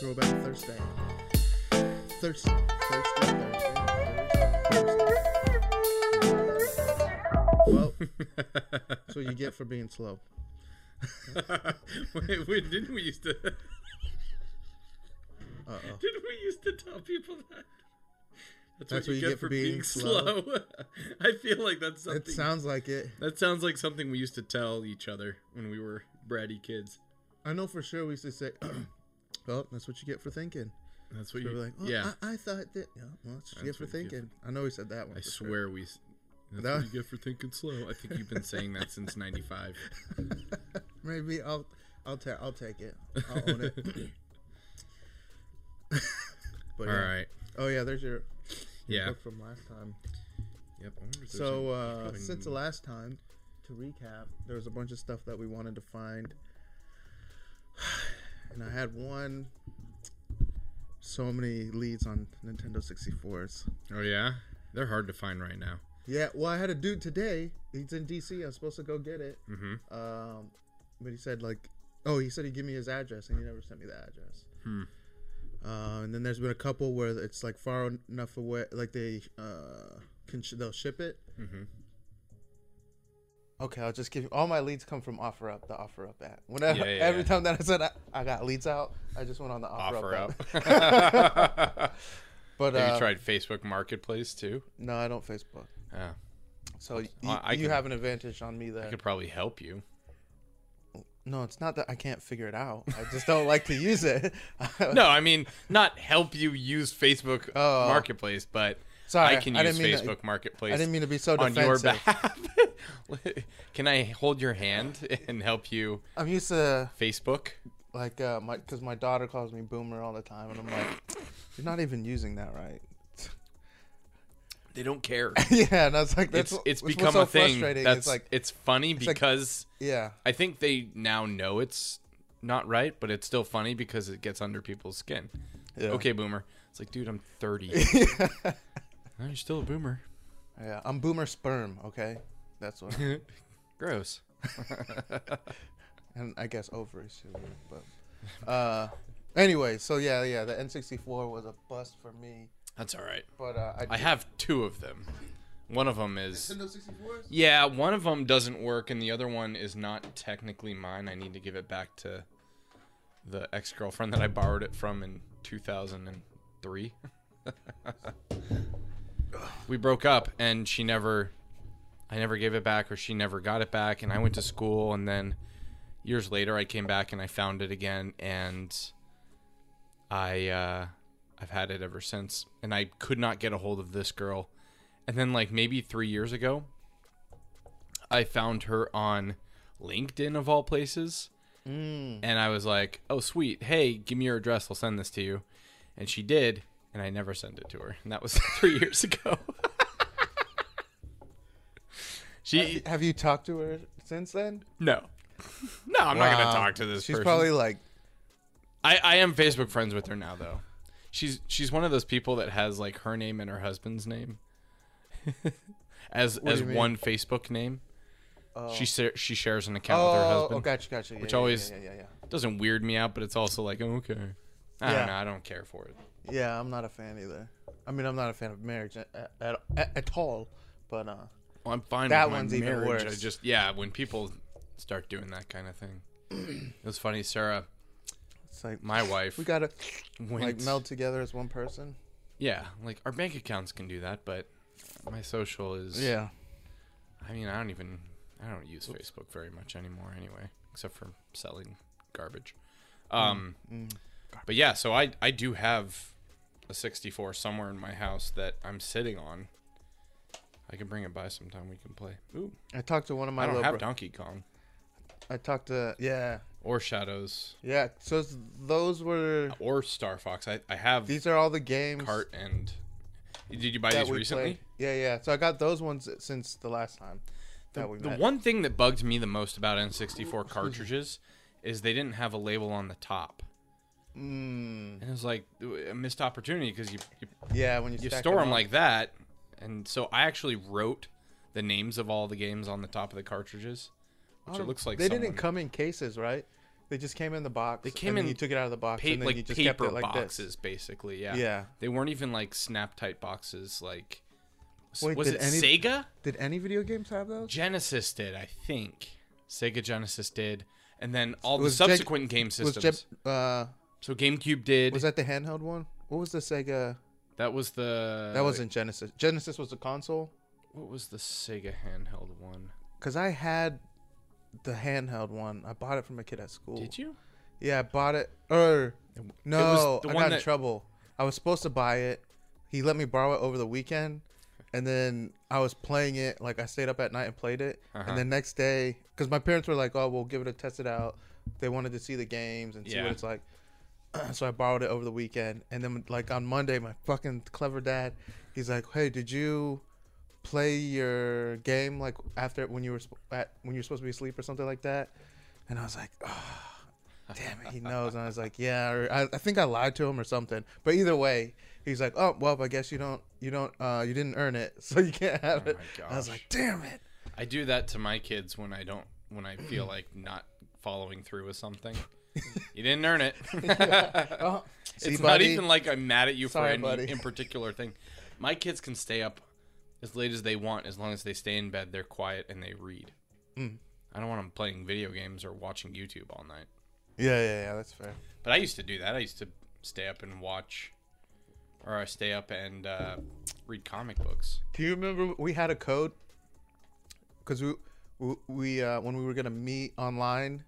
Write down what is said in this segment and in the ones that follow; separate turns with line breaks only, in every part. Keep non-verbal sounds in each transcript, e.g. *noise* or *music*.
Thursday. Thursday. Thursday. Thursday. Thursday. Well, so you get for being slow.
*laughs* Wait, wait, didn't we used to? *laughs*
Uh oh.
Didn't we used to tell people that?
That's what you get for being slow.
*laughs* I feel like that's something.
It sounds like it.
that sounds like something we used to tell each other when we were bratty kids.
I know for sure we used to say, *clears throat* well, that's what you get for thinking.
That's what
We
you.
were like, oh,
yeah,
I, I thought that. Yeah, well, that's what you get for
That's what you get for-
thinking. I know he said that one.
I,
for sure.
swear we. s- That's
That-
what you get for thinking slow. I think you've been saying that since '95.
*laughs* Maybe I'll I'll ta- I'll take it. *laughs* I'll own
*laughs*
it. but
All
yeah.
right.
Oh yeah, there's your, your
Yeah.
book from last time.
Yep. I wonder if there's
So
a-
uh,
probably
since the
n-
last time, to recap, there was a bunch of stuff that we wanted to find, *sighs* and I had one. So many leads on Nintendo 64s.
Oh yeah, they're hard to find right now.
Yeah, well, I had a dude today. He's in DC. I was supposed to go get it.
Mm-hmm.
Um, but he said like, oh, he said he'd give me his address, and he never sent me the address.
Hmm.
Uh, and then there's been a couple where it's like far enough away, like they uh can sh- they'll ship it.
Mm-hmm.
Okay, I'll just give you all my leads come from OfferUp, the OfferUp app. Whenever
Yeah, yeah,
every
yeah.
time that I said I, I got leads out, I just went on the OfferUp.
Offer up. *laughs*
app. but
Have
uh,
you tried Facebook Marketplace too?
no, I don't Facebook.
Yeah.
So you,
I- I
you
can-
have an advantage on me there.
I could probably help you.
No, it's not that I can't figure it out. I just don't like to use it. *laughs*
No, I mean not help you use Facebook
*laughs* Oh.
Marketplace, but
Sorry,
I can
I
use
didn't mean to-
Facebook Marketplace
I didn't mean to be so
on
defensive.
your behalf. *laughs* can I hold your hand and help you
I'm used to
Facebook?
like uh, my because my daughter calls me boomer all the time, and I'm like, you're not even using that right. *laughs*
They don't care.
yeah, and I was like, that's what-
It's it's
that's what's
become
so
a thing.
Frustrating.
That's
it's like,
it's funny
like-
because
yeah, *laughs*
I think they now know it's not right, but it's still funny because it gets under people's skin.
yeah,
Okay, boomer. It's like, dude, I'm 30.
*laughs*
No, you're still a boomer.
yeah. I'm boomer sperm. Okay, that's
*laughs*
what.
Gross.
and I guess ovaries too. But uh, anyway, so yeah, yeah. The N64 was a bust for me,
That's all right.
but uh, I,
I have two of them. One of them is
Nintendo 64.
yeah, one of them doesn't work, and the other one is not technically mine. I need to give it back to the ex girlfriend that I borrowed it from in 2003. *laughs* we broke up, and she never, I never gave it back, or she never got it back, and I went to school, and then years later, I came back and I found it again, and I, uh, I've had it ever since, and I could not get a hold of this girl. And then, like maybe three years ago, I found her on LinkedIn of all places.
Mm.
And I was like, oh, sweet. Hey, give me your address. I'll send this to you. And she did. And I never sent it to her. And that was *laughs* three years ago. *laughs* she,
Have you talked to her since then?
no. No, I'm not going
Wow.
to talk to this
She's
person.
probably like,
I, I am Facebook friends with her now, though. She's she's one of those people that has like her name and her husband's name *laughs* as
do
as
you mean?
one Facebook name.
oh.
She sa- she shares an account with her
Oh,
husband.
oh, gotcha, gotcha. Yeah,
which
yeah,
always-
yeah, yeah, yeah,
doesn't weird me out, but it's also like oh, okay. I
Yeah.
don't know. I don't care for it.
yeah. Yeah, I'm not a fan either. I mean, I'm not a fan of marriage at, at, at, at all, but uh,
Well, I'm fine.
That
with my
one's even worse.
marriage. I just yeah, when people start doing that kind of thing, it was funny. Sarah,
it's like
my wife,
we gotta
went,
like meld together as one person.
Yeah, like our bank accounts can do that, but my social is.
Yeah,
I mean, I don't even. I don't use Facebook very much anymore, anyway, except for selling garbage.
Mm,
Um, but yeah, so I I do have a 64 somewhere in my house that I'm sitting on. I can bring it by sometime. We can play. Ooh,
I talked to one of my
I don't
little.
have
bro-
Donkey Kong
I talked to yeah,
or Shadows
yeah. So it's, those were
or Star Fox. I, I have
these are all the games
cart and. Did you buy
that
these
we
recently?
played. Yeah, yeah. So I got those ones since the last time that we
The
met.
one thing that bugged me the most about N64 cartridges is they didn't have a label on the top.
Mm,
And it was like a missed opportunity because you, you,
yeah, when you,
you
stack
store them
up.
like that. And so I actually wrote the names of all the games on the top of the cartridges,
I
which it
don't-
looks
Oh,
like
they
someone,
didn't come in cases, right? They just came in the box.
They came
and then
in
you took it out of the box,
Pa-
and then
like
you just kept
paper
it like
boxes, basically. Yeah.
this. Yeah.
They weren't even like snap tight boxes. Like, s-
Wait,
was
did
it
any-
Sega?
Did any video games have those?
Genesis did, I think. Sega Genesis did, and then all the
Was Gen-
subsequent game
Was
systems.
Jep- uh,
so GameCube did.
was that the handheld one? What was the Sega?
that was the.
That wasn't Genesis. Genesis was the console.
What was the Sega handheld one?
Cause I had the handheld one. I bought it from a kid at school.
Did you?
Yeah, I bought it. Or no,
the
I
one
got in
that-
trouble. I was supposed to buy it. He let me borrow it over the weekend, and then I was playing it. Like I stayed up at night and played it.
Uh-huh.
And the next day, because my parents were like, "Oh, we'll give it a test it out." They wanted to see the games and see
Yeah.
what it's like. *clears throat* so I borrowed it over the weekend, and then like on Monday, my fucking clever dad, he's like, "Hey, did you?" play your game like after when you were sp- at when you're supposed to be asleep or something like that and i was like oh damn it he knows and i was like yeah or I, I think i lied to him or something but either way he's like oh well i guess you don't you don't uh you didn't earn it *laughs* so you can't have
Oh
it
my
i was
gosh.
like damn it
I do that to my kids when I don't when I feel like not following through
*laughs*
with something. you didn't earn it.
oh see,
Uh, it's not
buddy?
even like I'm mad at you
Sorry,
for
buddy.
any in particular thing. My kids can stay up as late as they want as long as they stay in bed, they're quiet and they read.
Mm.
I don't want them playing video games or watching YouTube all night.
yeah yeah yeah that's fair
But I used to do that. I used to stay up and watch or I stay up and uh, read comic books.
do you remember we had a code because we we- we uh when we were gonna meet online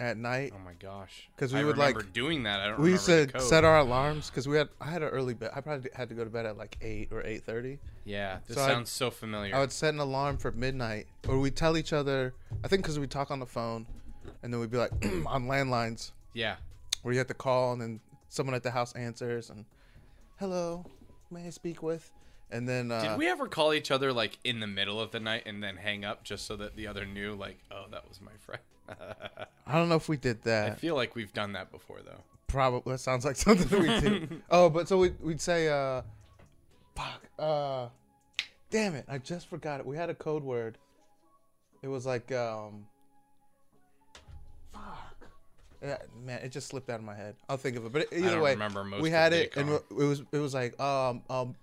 at night
Oh my gosh.
'Cause we
I
would,
remember
like-
doing that. I don't
we used
remember
to
the code.
set our alarms because we had I had an early bed. I probably had to go to bed at like eight or eight thirty.
Yeah, this
So I-
sounds so familiar.
I would set an alarm for midnight, or we tell each other. I think because we talk on the phone, and then we'd be like *clears throat* on landlines
yeah.
where you have to call, and then someone at the house answers, and hello, may I speak with? And then uh,
Did we ever call each other like in the middle of the night and then hang up just so that the other knew like, oh, that was my friend?
I don't know if we did
I
that.
feel like we've done that before though.
Probably that sounds like *laughs* something that we
*laughs*
do. oh, but so we'd, we'd say, uh, fuck, uh, damn it, I just forgot it. We had a code word. It was like, um, fuck. Yeah, man, it just slipped out of my head. I'll think of it. But it- either
don't
way,
remember most
we
of
had
the
it, and
VidCon.
we- it was it was like, um, um,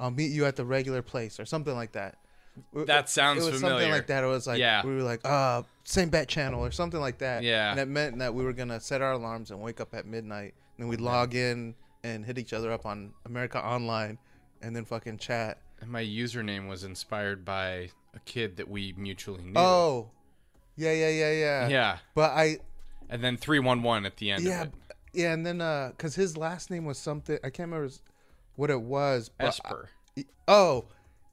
I'll meet you at the regular place or something like that. We-
That
it-
sounds
it was Something
familiar.
like that. It was like
Yeah.
we were like, uh, same bat channel or something like that.
Yeah.
And it meant that we were gonna set our alarms and wake up at midnight. And then we'd log in and hit each other up on America Online, and then fucking chat.
And my username was inspired by a kid that we mutually knew.
Oh, yeah, yeah, yeah, yeah.
yeah.
But I,
And then 311 at the end
yeah,
of it.
b- yeah, and then uh, cause his last name was something I can't remember his- what it was. But I-
Esper.
oh,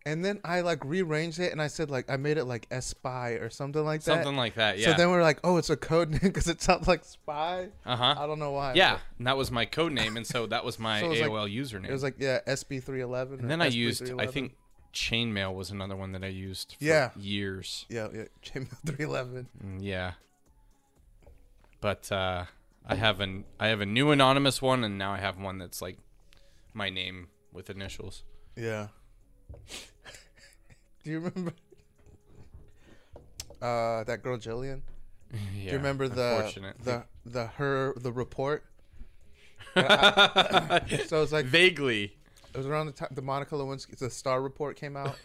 and then I like rearranged it and I said like I made it like Espy or something like that.
Something like that.
So
Yeah.
then we are like, oh, it's a code name *laughs* because it sounds like spy.
uh-huh.
I don't know why.
Yeah. And that was my code name. And so that was
*laughs*
my
So it was like-
AOL username.
It was like yeah, SB three eleven.
and then I used, I think, Chainmail was another one that I used for
Yeah.
years.
yeah, yeah, Gmail three eleven.
Mm, Yeah. But uh, I have an I have a new anonymous one, and now I have one that's like my name with initials.
Yeah. *laughs* Do you remember? Uh, that girl Jillian.
yeah,
Do you remember the
unfortunate.
the the her the
*laughs*
report? So it's like
vaguely?
it was around the time the Monica Lewinsky the Star Report came out,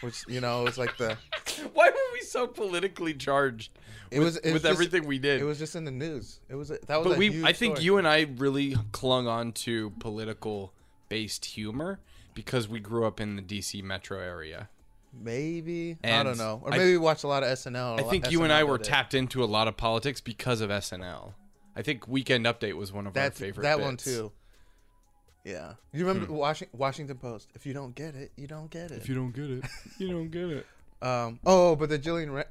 which you know it was like the
*laughs* Why were we so politically charged
it was it was
with
just-
everything we did?
It was just in the news. It was that was.
but
a
we,
huge
I think
story.
you and I really clung on to political based humor because we grew up in the DC metro area.
Maybe I
And
don't know, or
I-
maybe we watched a lot of SNL. and
I
a lot-
think you and
SNL
I were
did it.
tapped into a lot of politics because of SNL. I think Weekend Update was one of
That's
our favorite.
that one
bits. Hmm.
too. Yeah, you remember Washing, Washington Post? If you don't get it, you don't get it.
you don't get
*laughs*
it, you don't get it.
um. Oh, but the Jillian. Ra-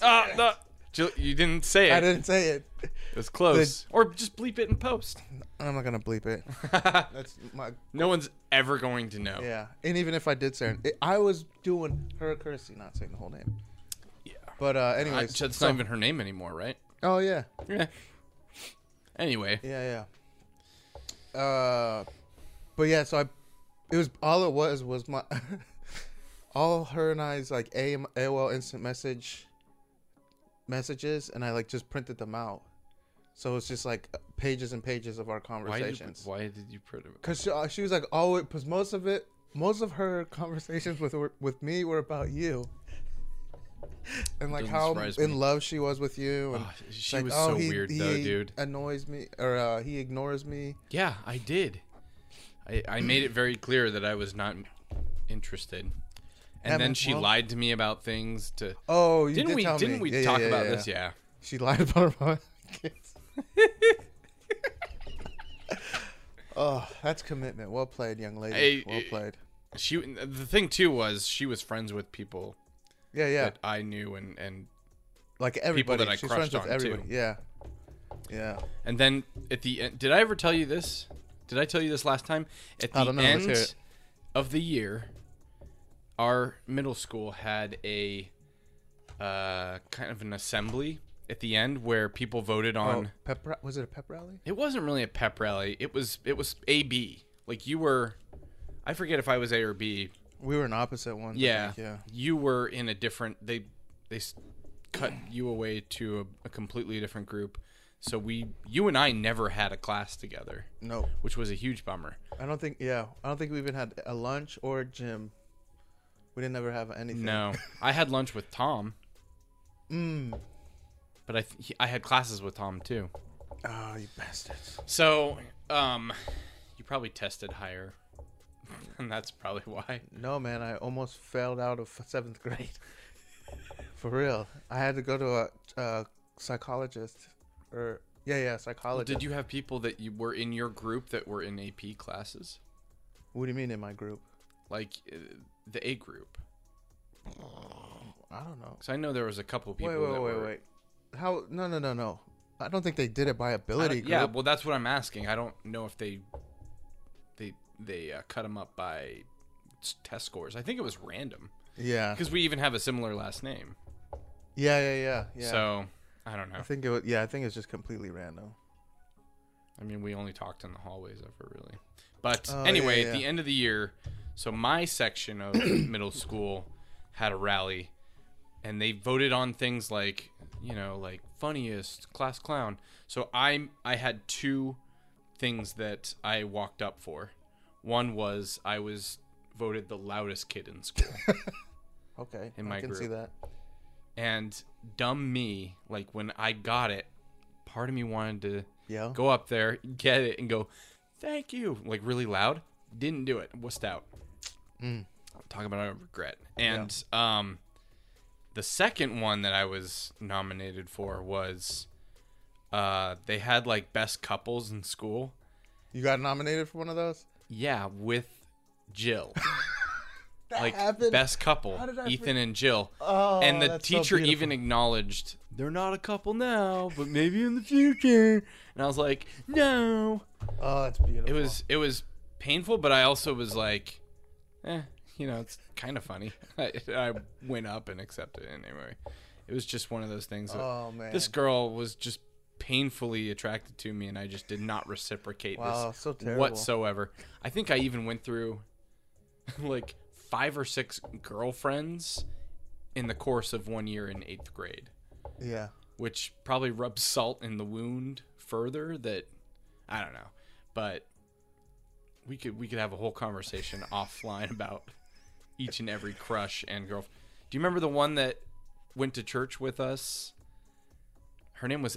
Ah, no. Jill, you didn't say it.
I didn't say it.
It was close. Or just bleep it in post. *laughs*
I'm not gonna bleep it. That's my
no one's ever going to know.
yeah. And even if I did say it, I was doing her courtesy, not saying the whole name.
Yeah.
But uh,
I,
anyways.
that's
so-
not even her name anymore, right?
oh yeah,
Yeah. Anyway,
yeah, yeah. Uh, but yeah. So I, it was all it was was my, *laughs* all her and I's like AM, AOL instant message messages, and I like just printed them out. So it's just like pages and pages of our
Why did, you-
conversations.
why did you put it?
Cause she, uh, she was like, oh, because most of it, most of her conversations with her- with me were about you, *laughs* and like
Doesn't
how
surprise
in
me.
love she was with you. And
Oh,
it's
she
like,
was
oh,
so
he-
weird
he
though, dude.
Annoys me, or uh, he ignores me.
Yeah, I did. I, I made it very clear that I was not interested. And
Yeah,
then
man,
she
well-
lied to me about things to
Oh, you
Didn't
did
we
tell
didn't
me.
we
Yeah, yeah,
talk
yeah,
about
yeah.
this? Yeah.
She lied about her
*laughs*
kids. oh, that's commitment. Well played, young lady.
Hey,
well
eh,
played.
She the thing too was she was friends with people
Yeah, yeah.
that I knew and and
like everybody.
that I
She's
crushed
friends with
on, too.
everybody. Yeah, yeah.
and then at the end did I ever tell you this? Did I tell you this last time? At the
I don't know. Let's
end
hear it.
of the year our middle school had a uh, kind of an assembly at the end where people voted on
Oh, pep ra- was it a pep rally?
It wasn't really a pep rally. It was it was A B. Like you were, I forget if I was A or B.
We were in opposite ones. I
Yeah,
think, yeah.
You were in a different. They they s- cut you away to a, a completely different group. So we you and I never had a class together,
No,
which was a huge bummer.
I don't think. Yeah, I don't think we even had a lunch or a gym. We didn't ever have anything.
No, I had lunch with Tom,
Mm.
but I th- he- I had classes with Tom too.
Oh, you bastards.
So um, you probably tested higher, *laughs* and that's probably why.
No, man, I almost failed out of seventh grade. *laughs* For real, I had to go to a, a psychologist, or yeah, yeah, psychologist.
Did you have people that you were in your group that were in AP classes?
What do you mean in my group?
Like uh, the A group?
I don't know.
Because I know there was a couple people.
Wait, wait,
that
wait,
were,
wait. How? No, no, no, no. I don't think they did it by
I
ability.
don't- yeah,
group.
well, that's what I'm asking. I don't know if they they they uh, cut them up by s- test scores. I think it was random
yeah,
because we even have a similar last name.
yeah, yeah, yeah, yeah.
So I don't
I
know.
think it was. Yeah, I think it's just completely random.
I mean, we only talked in the hallways ever really. But
Oh, yeah,
anyway,
yeah.
at the end of the year, so my
*coughs*
section of middle school had a rally, and they voted on things like you know like funniest class clown. So I I had two things that I walked up for. One was I was voted the loudest kid
*laughs*
in school,
Okay,
In
I
my
can see
group.
that.
and dumb me, like when I got it, part of me wanted to
Yeah.
go up there, get it, and go, thank you, like really loud. Didn't do it. Wussed out.
Mm.
Talk about a regret. And um, the second one that I was nominated for was uh, they had like best couples in school.
You got nominated for one of those.
Yeah, with
*laughs*
Jill.
That
like
happened.
best couple,
How did I
Ethan and Jill.
Oh,
and the
that's so
teacher
beautiful.
even acknowledged they're not a couple now, but maybe in the future. And I was like, no.
Oh, that's beautiful.
it was it was painful, but I also was like, eh, you know, it's kind of funny. *laughs* I, I went up and accepted it anyway. It was just one of those things. That
Oh man.
This girl was just painfully attracted to me, and I just did not reciprocate
wow,
this
so terrible.
whatsoever. I think I even went through *laughs* like five or six girlfriends in the course of one year in eighth grade
Yeah.
which probably rubs salt in the wound further that I don't know. But we could we could have a whole conversation *laughs* offline about each and every crush and girl. Do you remember the one that went to church with us? Her name was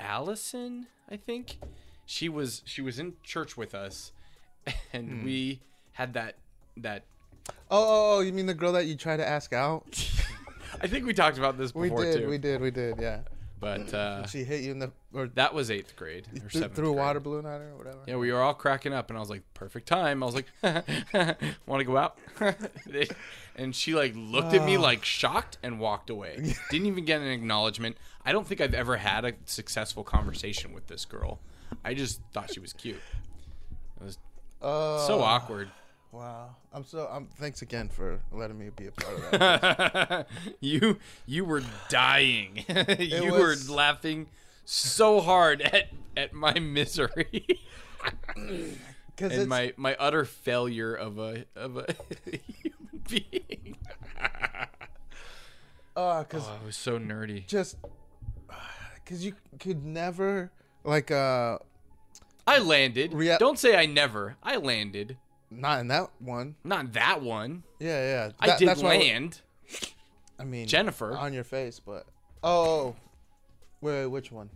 Allison, I think. She was she was in church with us *laughs* and
Hmm.
we had that that
Oh, oh, oh, you mean the girl that you tried to ask out?
I think we talked about this
We
before
did,
too.
we did, we did. Yeah.
But uh,
She hit you in the or
that was eighth grade or
th-
seventh
threw a
grade.
water balloon at her or whatever.
Yeah, we were all cracking up, and I was like, "Perfect time." I was like, *laughs* "Want to go out?" and she like looked at me like shocked and walked away.
*laughs*
Didn't even get an acknowledgement. I don't think I've ever had a successful conversation with this girl. I just thought she was cute. It was
Oh,
so uh, awkward. *laughs*
Wow. I'm so. I'm. Thanks again for letting me be a part of that.
you you were dying. *laughs* you
was-
were laughing so hard at at my misery. *laughs*
Because
and my my utter failure of a of a *laughs* human being.
Oh, because
Oh, I was so nerdy.
*sighs* just because you could never Like uh,
I landed.
Rea-
Don't say I never. I landed.
not in that one.
Not that one.
Yeah, yeah.
I
That-
did
that's why
land.
I mean,
Jennifer.
on your face, but oh, wait, wait, which one?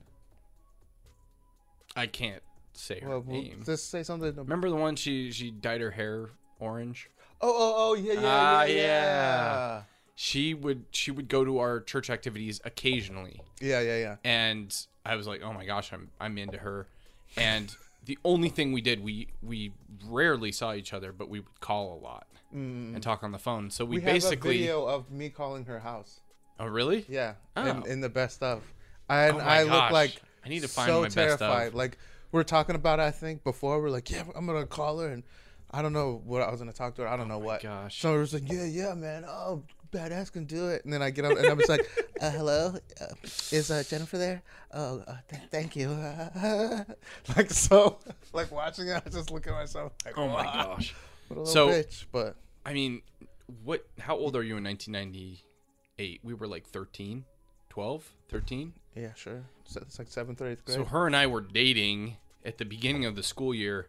I can't say her
Well, we'll
name.
just say something. ab-
Remember the one she she dyed her hair orange?
Oh, oh, oh, yeah, yeah,
Ah,
yeah,
yeah.
yeah,
She would she would go to our church activities occasionally.
yeah, yeah, yeah.
and I was like, "Oh my gosh, I'm I'm into her." And the only thing we did, we we rarely saw each other, but we would call a lot and talk on the phone. So we,
We
basically,
have a video of me calling her house.
oh really?
Yeah,
Oh.
in, in the best of, and
Oh my
I look
gosh.
like
I need to find
so
my best of.
terrified. Like we are talking about, it, I think before we're like, yeah, I'm gonna call her, and I don't know what I was gonna talk to her. I don't know what.
Oh gosh.
So I was like, yeah, yeah, man, oh, badass can do it. And then I get up and I'm just like, *laughs* uh, hello, uh, is uh, Jennifer there? Oh, uh, th- thank you. *laughs* like so, *laughs* like watching it, I just look at myself. Like,
Oh my
"Wow,
gosh.
what a little
So-
bitch, but
I mean, what? How old are you in 1998? We were like 13, 12, 13.
yeah, sure. So it's like seventh or eighth grade.
So her and I were dating at the beginning of the school year,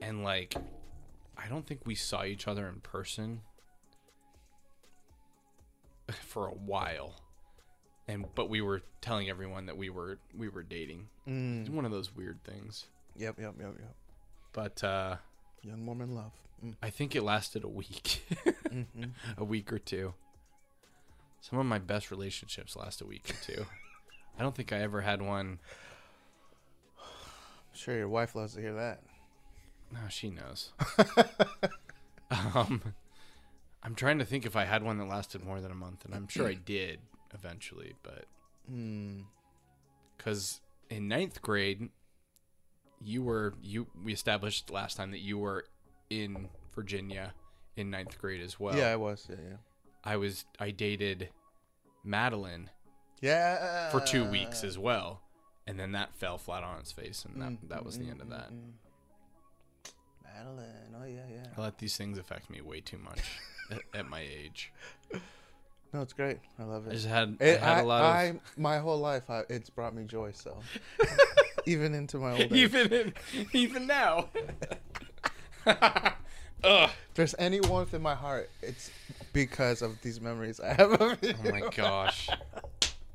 and like, I don't think we saw each other in person *laughs* for a while, and but we were telling everyone that we were we were dating. It's one of those weird things,
Yep, yep, yep, yep.
but uh,
Young Mormon love. Mm.
I think it lasted a week, *laughs* a week or two. Some of my best relationships last a week or two. I don't think I ever had one.
Sure, your wife loves to hear that.
No, she knows. *laughs* um, I'm trying to think if I had one that lasted more than a month, and I'm sure I did eventually, but
Mm.
because in ninth grade, you were you we established last time that you were in Virginia in ninth grade as well.
yeah, I was. Yeah, yeah.
I was I dated Madeline
Yeah.
for two weeks as well, and then that fell flat on its face, and that
Mm,
that was the end of
Mm-hmm.
that.
Madeline. Oh yeah, yeah.
I let these things affect me way too much at, at my age.
No, it's great. I love
I
it.
just had,
It-
I had
I-
a lot
I-
of
my whole life, I, it's brought me joy. So even into my old age, if
*laughs* *laughs* even in, even now. Ugh.
there's any warmth in my heart, it's because of these memories I have of you.
*laughs* Oh my gosh,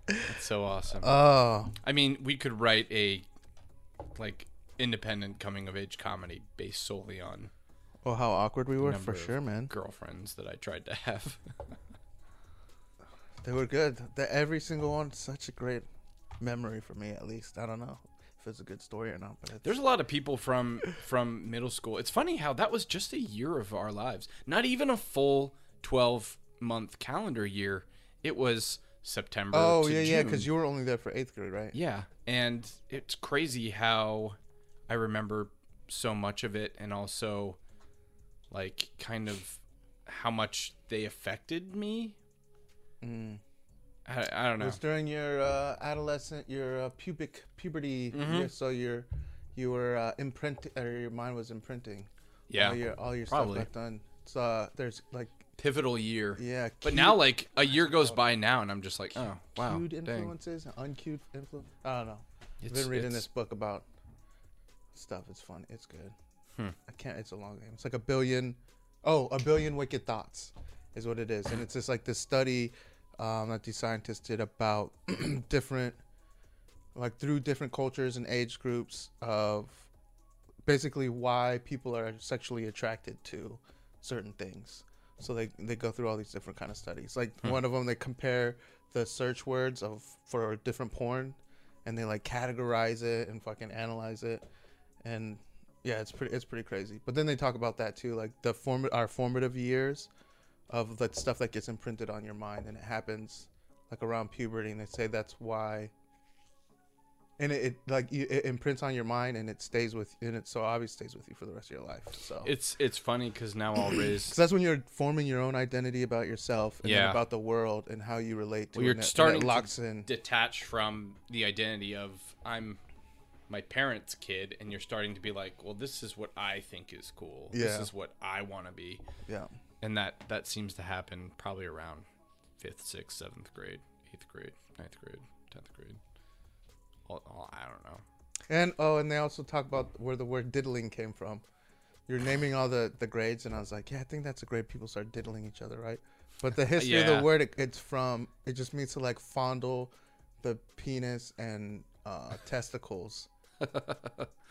that's so awesome.
Oh,
I mean, we could write a like independent coming of age comedy based solely on
well, how awkward we were for
number of
sure, man.
girlfriends that I tried to have. *laughs*
They were good. The, every single one, such a great memory for me, at least. I don't know if it's a good story or not, but it's,
There's a lot of people from from middle school. It's funny how that was just a year of our lives. Not even a full 12 month calendar year. It was September.
oh
to
yeah, yeah,
June.
because you were only there for eighth grade, right?
Yeah, and it's crazy how I remember so much of it and also like kind of how much they affected me. I, I don't
It
know.
was during your uh, adolescent, your uh, pubic puberty, year, so your you were uh, imprinting, or your mind was imprinting.
yeah.
all your all your
probably.
stuff got done. So uh, there's like
Pivotal year.
yeah,
But
cue-
now like a year goes by now and I'm just like, "Oh, wow."
cued
Dang.
influences, and uncued influence. I don't know. I've
It's-
been reading
it's-
this book about stuff. It's fun. It's good.
Hmm.
I can't. It's a long name. It's like a billion. Oh, a billion wicked thoughts is what it is, and it's just like this study um, that these scientists did about *clears throat* different, like through different cultures and age groups of basically why people are sexually attracted to certain things. So they they go through all these different kind of studies. Like one of them, they compare the search words of for different porn, and they like categorize it and fucking analyze it, and yeah, it's pretty it's pretty crazy. But then they talk about that too, like the form our formative years of the stuff that gets imprinted on your mind, and it happens like around puberty, and they say that's why and it, it like you, it imprints on your mind and it stays with and it so obviously stays with you for the rest of your life so
It's it's funny cuz now I'll
*clears throat*
raise
because that's when you're forming your own identity about yourself and then
Yeah.
about the world and how you relate to
Well,
it
you're
and it- and
starting
it
to
locks in
detach from the identity of I'm my parents' kid, and you're starting to be like, well, this is what I think is cool. This
Yeah.
is what I want to be,
yeah
and that that seems to happen probably around fifth, sixth, seventh grade, eighth grade, ninth grade, tenth grade. Well, oh, I don't know.
And oh, and they also talk about where the word diddling came from. You're naming all the the grades, and I was like, yeah, I think that's a grade people start diddling each other, right? But the history of
Yeah.
the word it, it's from, it just means to like fondle the penis and uh, testicles.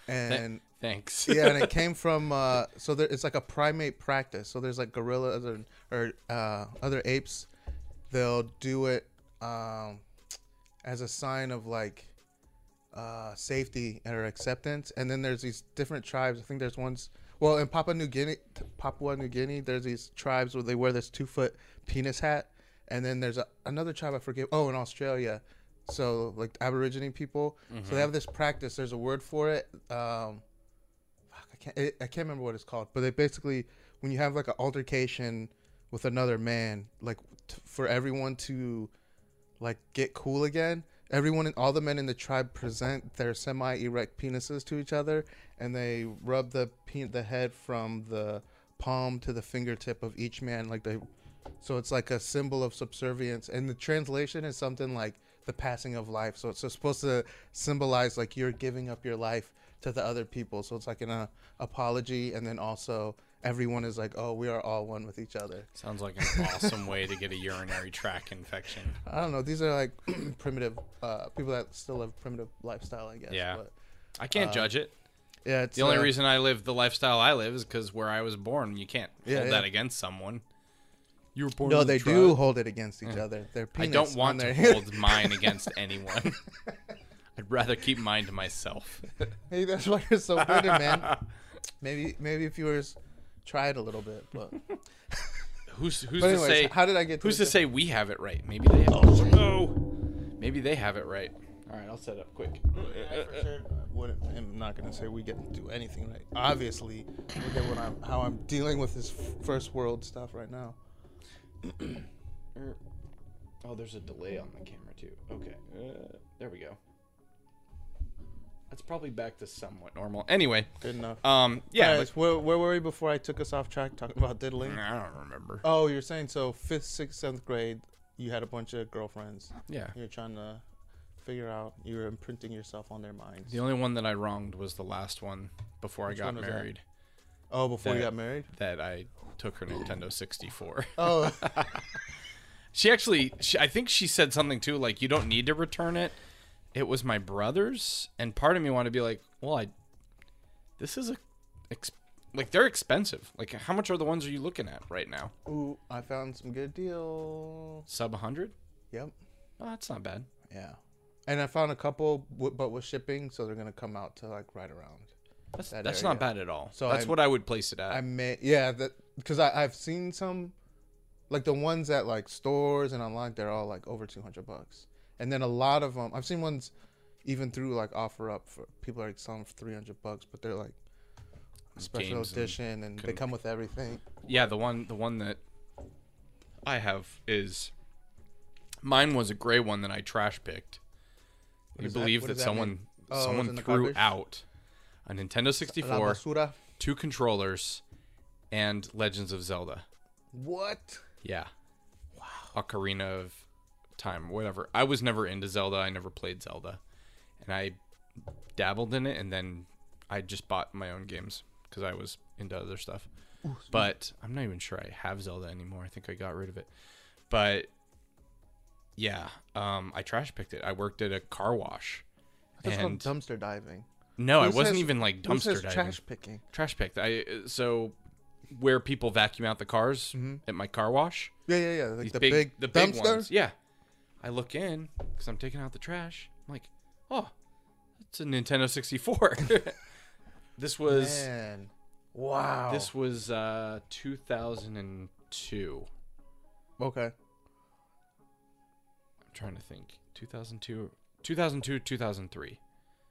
and
Thanks.
yeah, and it came from uh, so there, it's like a primate practice. So there's like gorillas or, or uh, other apes. They'll do it um, as a sign of like uh, safety or acceptance. And then there's these different tribes. I think there's ones. Well, in Papua New Guinea, Papua New Guinea, there's these tribes where they wear this two foot penis hat. And then there's a, another tribe I forget. Oh, in Australia, so like Aborigine people. So they have this practice. There's a word for it. Um, fuck, I can't. I, I can't remember what it's called. But they basically, when you have like an altercation with another man, like t- for everyone to like get cool again. Everyone, and all the men in the tribe present their semi-erect penises to each other, and they rub the pe- the head from the palm to the fingertip of each man, like they. So it's like a symbol of subservience, and the translation is something like the passing of life. So it's supposed to symbolize like you're giving up your life to the other people. So it's like an uh, apology, and then also everyone is like, oh, we are all one with each other.
*laughs* Sounds like an awesome way to get a urinary tract infection.
I don't know. These are like *clears throat* primitive uh, people that still live primitive lifestyle, I guess.
Yeah.
But,
I
uh,
can't judge it.
yeah. It's,
The only
uh,
reason I live the lifestyle I live is because where I was born, you can't
Yeah,
hold
yeah.
that against someone. You were born.
No,
in the
they
tribe.
do hold it against each other. Their
Mm. I
penis
don't
on
want
their
to hold mine against anyone. I'd rather keep mine to myself.
*laughs* Maybe that's why you're so bitter,
*laughs*
man. Maybe maybe if you were s- try it a little bit, but.
Who's who's
But anyways,
to say?
how did I get? To
who's to
the
say we have it right? Maybe they have. Oh no! Maybe they have it right. All right, I'll set up quick. uh,
for sure wouldn't, I'm not gonna say we get to do anything right. Obviously, look at what I'm how I'm dealing with this f- first world stuff right now.
Er, Oh, there's a delay on the camera too. Okay, uh, there we go. That's probably back to somewhat normal. Anyway,
Good enough.
um, yeah,
Anyways, where, where were we before I took us off track talking about diddling?
but- I don't remember.
Oh, you're saying so fifth, sixth, seventh grade, you had a bunch of girlfriends.
Yeah,
You're trying to figure out. You're imprinting yourself on their minds.
the only one that I wronged was the last one before I got
one was that?
married.
Oh, before you
That-
got married.
That I took her Nintendo 64.
*laughs* Oh,
*laughs* She actually, she, I think she said something too, like you don't need to return it. It was my brother's, and part of me wanted to be like, well, I, this is a, ex, like they're expensive. Like how much are the ones are you looking at right now?
ooh, I found some good deals.
Sub 100?
Yep.
Oh, that's not bad.
Yeah. And I found a couple, w- but with shipping, so they're gonna come out to like right around.
That's
That
that's
area.
not bad at all. So
So
that's
I'm-
what I would place it at.
I may, yeah, that because I I've seen some, like the ones at like stores and online, they're all like over two hundred bucks. And then a lot of them, I've seen ones, even through like offer up for people are like selling for three hundred bucks, but they're like special
Games and
edition and they
couldn't-
come with everything.
yeah, the one the one that I have is mine was a gray one that I trash picked. I
does that-
believe
what
that,
does that
someone
mean? Oh, it was
someone
in the
threw
garbage?
out a Nintendo
La
64,
basura.
two controllers, and Legends of Zelda.
What?
Yeah. Wow. Ocarina of Time, whatever. I was never into Zelda. I never played Zelda. And I dabbled in it and then I just bought my own games because I was into other stuff. but I'm not even sure I have Zelda anymore. I think I got rid of it. But yeah, um, I trash picked it. I worked at a car wash.
That's called
And
dumpster diving.
no, I
Who
wasn't
says-
even like
Who says
dumpster diving
trash picking?
trash picked. I uh, so where people vacuum out the cars
Mm-hmm.
at my car wash.
Yeah, yeah, yeah. Like
These
the
big,
big,
the big
dumpster.
ones. Yeah. I look in because I'm taking out the trash. I'm like, oh, it's a Nintendo 64. *laughs* this was
Man, wow.
this was uh 2002.
okay.
I'm trying to think. 2002, 2002, 2003,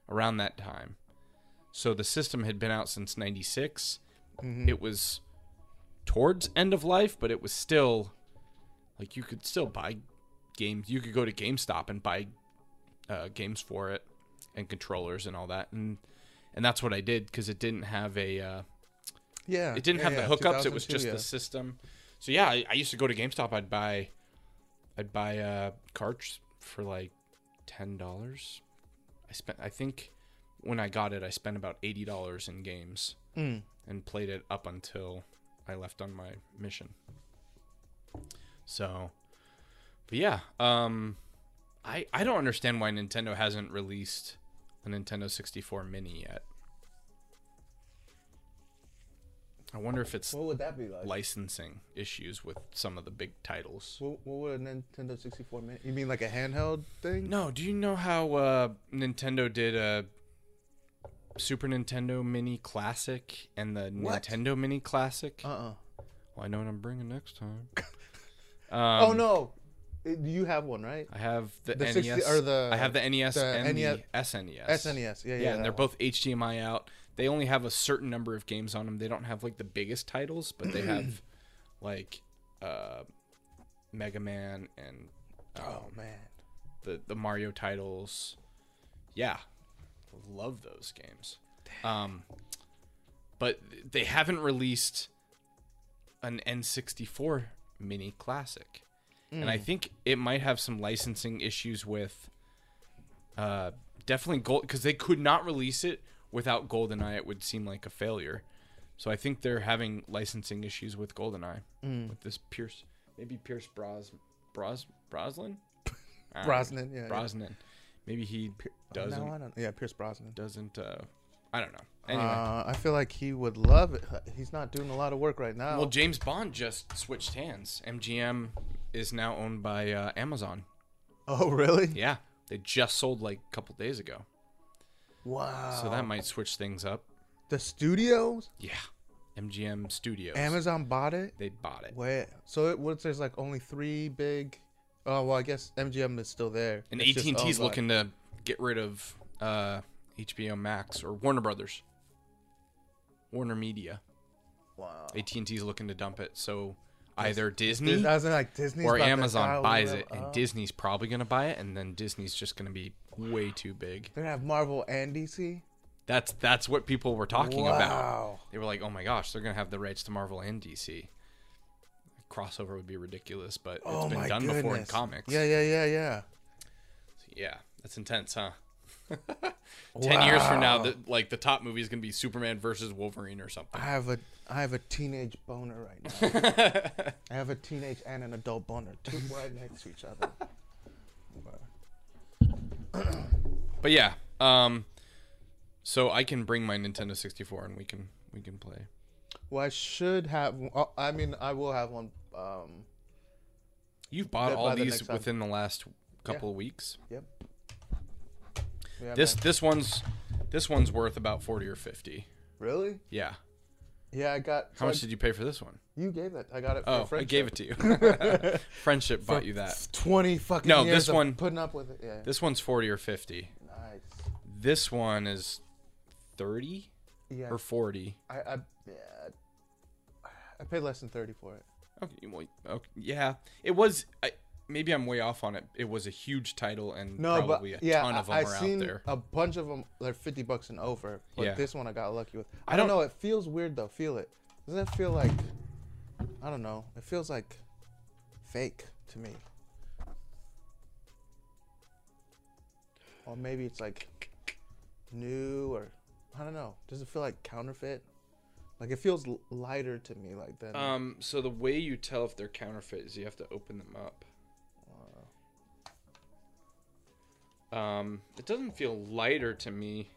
around that time. So the system had been out since '96. It was towards end of life, but it was still like you could still buy games. You could go to GameStop and buy uh, games for it and controllers and all that, and and that's what I did because it didn't have a uh,
Yeah.
it didn't
yeah,
have
yeah,
the hookups. It was
2002,
just
yeah.
the system. So yeah, I, I used to go to GameStop. I'd buy, I'd buy uh, carts for like ten dollars. I I spent I think when I got it I spent about eighty dollars in games
Mm.
and played it up until I left on my mission. So, but yeah, um, I I don't understand why Nintendo hasn't released a Nintendo 64 Mini yet. I wonder if it's
What would that be like?
licensing issues with some of the big titles.
What, what would a Nintendo 64 mean? You mean like a handheld thing?
No, do you know how uh, Nintendo did a Super Nintendo Mini Classic and the
What?
Nintendo Mini Classic?
Uh uh
Well, I know what I'm bringing next time.
oh
Um,
no, Uh, you have one right?
I have the,
The
NES.
60 or the-
I have the NES
the E
and
NES
the SNES.
SNES. E Yeah, yeah.
Yeah, and
that
they're
one.
both HDMI out. They only have a certain number of games on them. They don't have like the biggest titles,
*clears throat*
but they have like uh, Mega Man and
Oh
um,
man.
the the Mario titles. Yeah, love those games. Um, but they haven't released an N64 mini classic, and I think it might have some licensing issues with. Uh, definitely gold because they could not release it without GoldenEye. It would seem like a failure. So I think they're having licensing issues with GoldenEye with this Pierce, maybe Pierce Bros, Bros, Broslin. I don't know.
Oh, Brosnan. Yeah. yeah.
Brosnan. Maybe he doesn't
No, I don't. Yeah, Pierce Brosnan.
doesn't. Uh, I don't know. Anyway,
Uh, I feel like he would love it. He's not doing a lot of work right now.
well, James Bond just switched hands. MGM is now owned by uh, Amazon.
*laughs* oh, really?
Yeah, they just sold like a couple days ago,
Wow.
so that might switch things up.
the studios,
Yeah, MGM Studios.
Amazon bought it.
They bought it.
Wait, so it, what? if There's like only three big. Oh well, I guess MGM is still there.
And
It's
AT
just oh,
and T's
owned by-
looking to get rid of uh, HBO Max or Warner Brothers. Warner Media.
Wow.
AT and T's looking to dump it. So either Disney.
Dude, I was like Disney
or Amazon buys it,
Oh. Uh-huh.
and Disney's probably gonna buy it, and then Disney's just gonna be way too big.
They're gonna have Marvel and DC.
That's that's what people were talking about.
Wow.
They were like, "Oh my gosh, they're gonna have the rights to Marvel and DC." Crossover would be ridiculous, but it's
oh
been
my
done
goodness.
before in comics.
Yeah, yeah, yeah, yeah.
yeah, that's intense, huh? *laughs* Ten years from now,
Wow.
the, like the top movie is gonna be Superman versus Wolverine or
I
something.
have a I have a teenage boner right now.
*laughs*
I have a teenage and an adult boner, two *laughs* right next to each other.
But yeah, um, so I can bring my Nintendo 64 and we can we can play.
Well, I should have. oh, I mean, I will have one. Um,
You've bought
That
all
by the
these
next time.
within the last couple of weeks.
yep. Yeah,
This
man.
this one's this one's worth about forty or fifty.
really?
Yeah.
Yeah, I got.
How
so I-
much did you pay for this one?
You gave it. I got it. For
Oh, I
friendship.
gave it to
*laughs*
you. friendship bought you that.
Twenty fucking
No,
years
this
of
one-
putting up with it. Yeah,
This one's forty or fifty.
nice.
This one is thirty
Yeah,
or forty.
I, I, yeah, I paid less than thirty for it.
Okay, well, okay, yeah. It was. I, maybe I'm way off on it. It was a huge title and
No,
probably
but
a
yeah,
ton of them
I, I
are out
seen
there.
a bunch of them. They're fifty bucks and over. But
Yeah.
this one I got lucky with.
I
I don't
don't-
know. It feels weird though. Feel it. Doesn't it feel like? I don't know. It feels like fake to me. Or maybe it's like new, or I don't know. Does it feel like counterfeit? Like it feels l- lighter to me, like than
Um. So the way you tell if they're counterfeit is you have to open them up. Um. It doesn't feel lighter to me.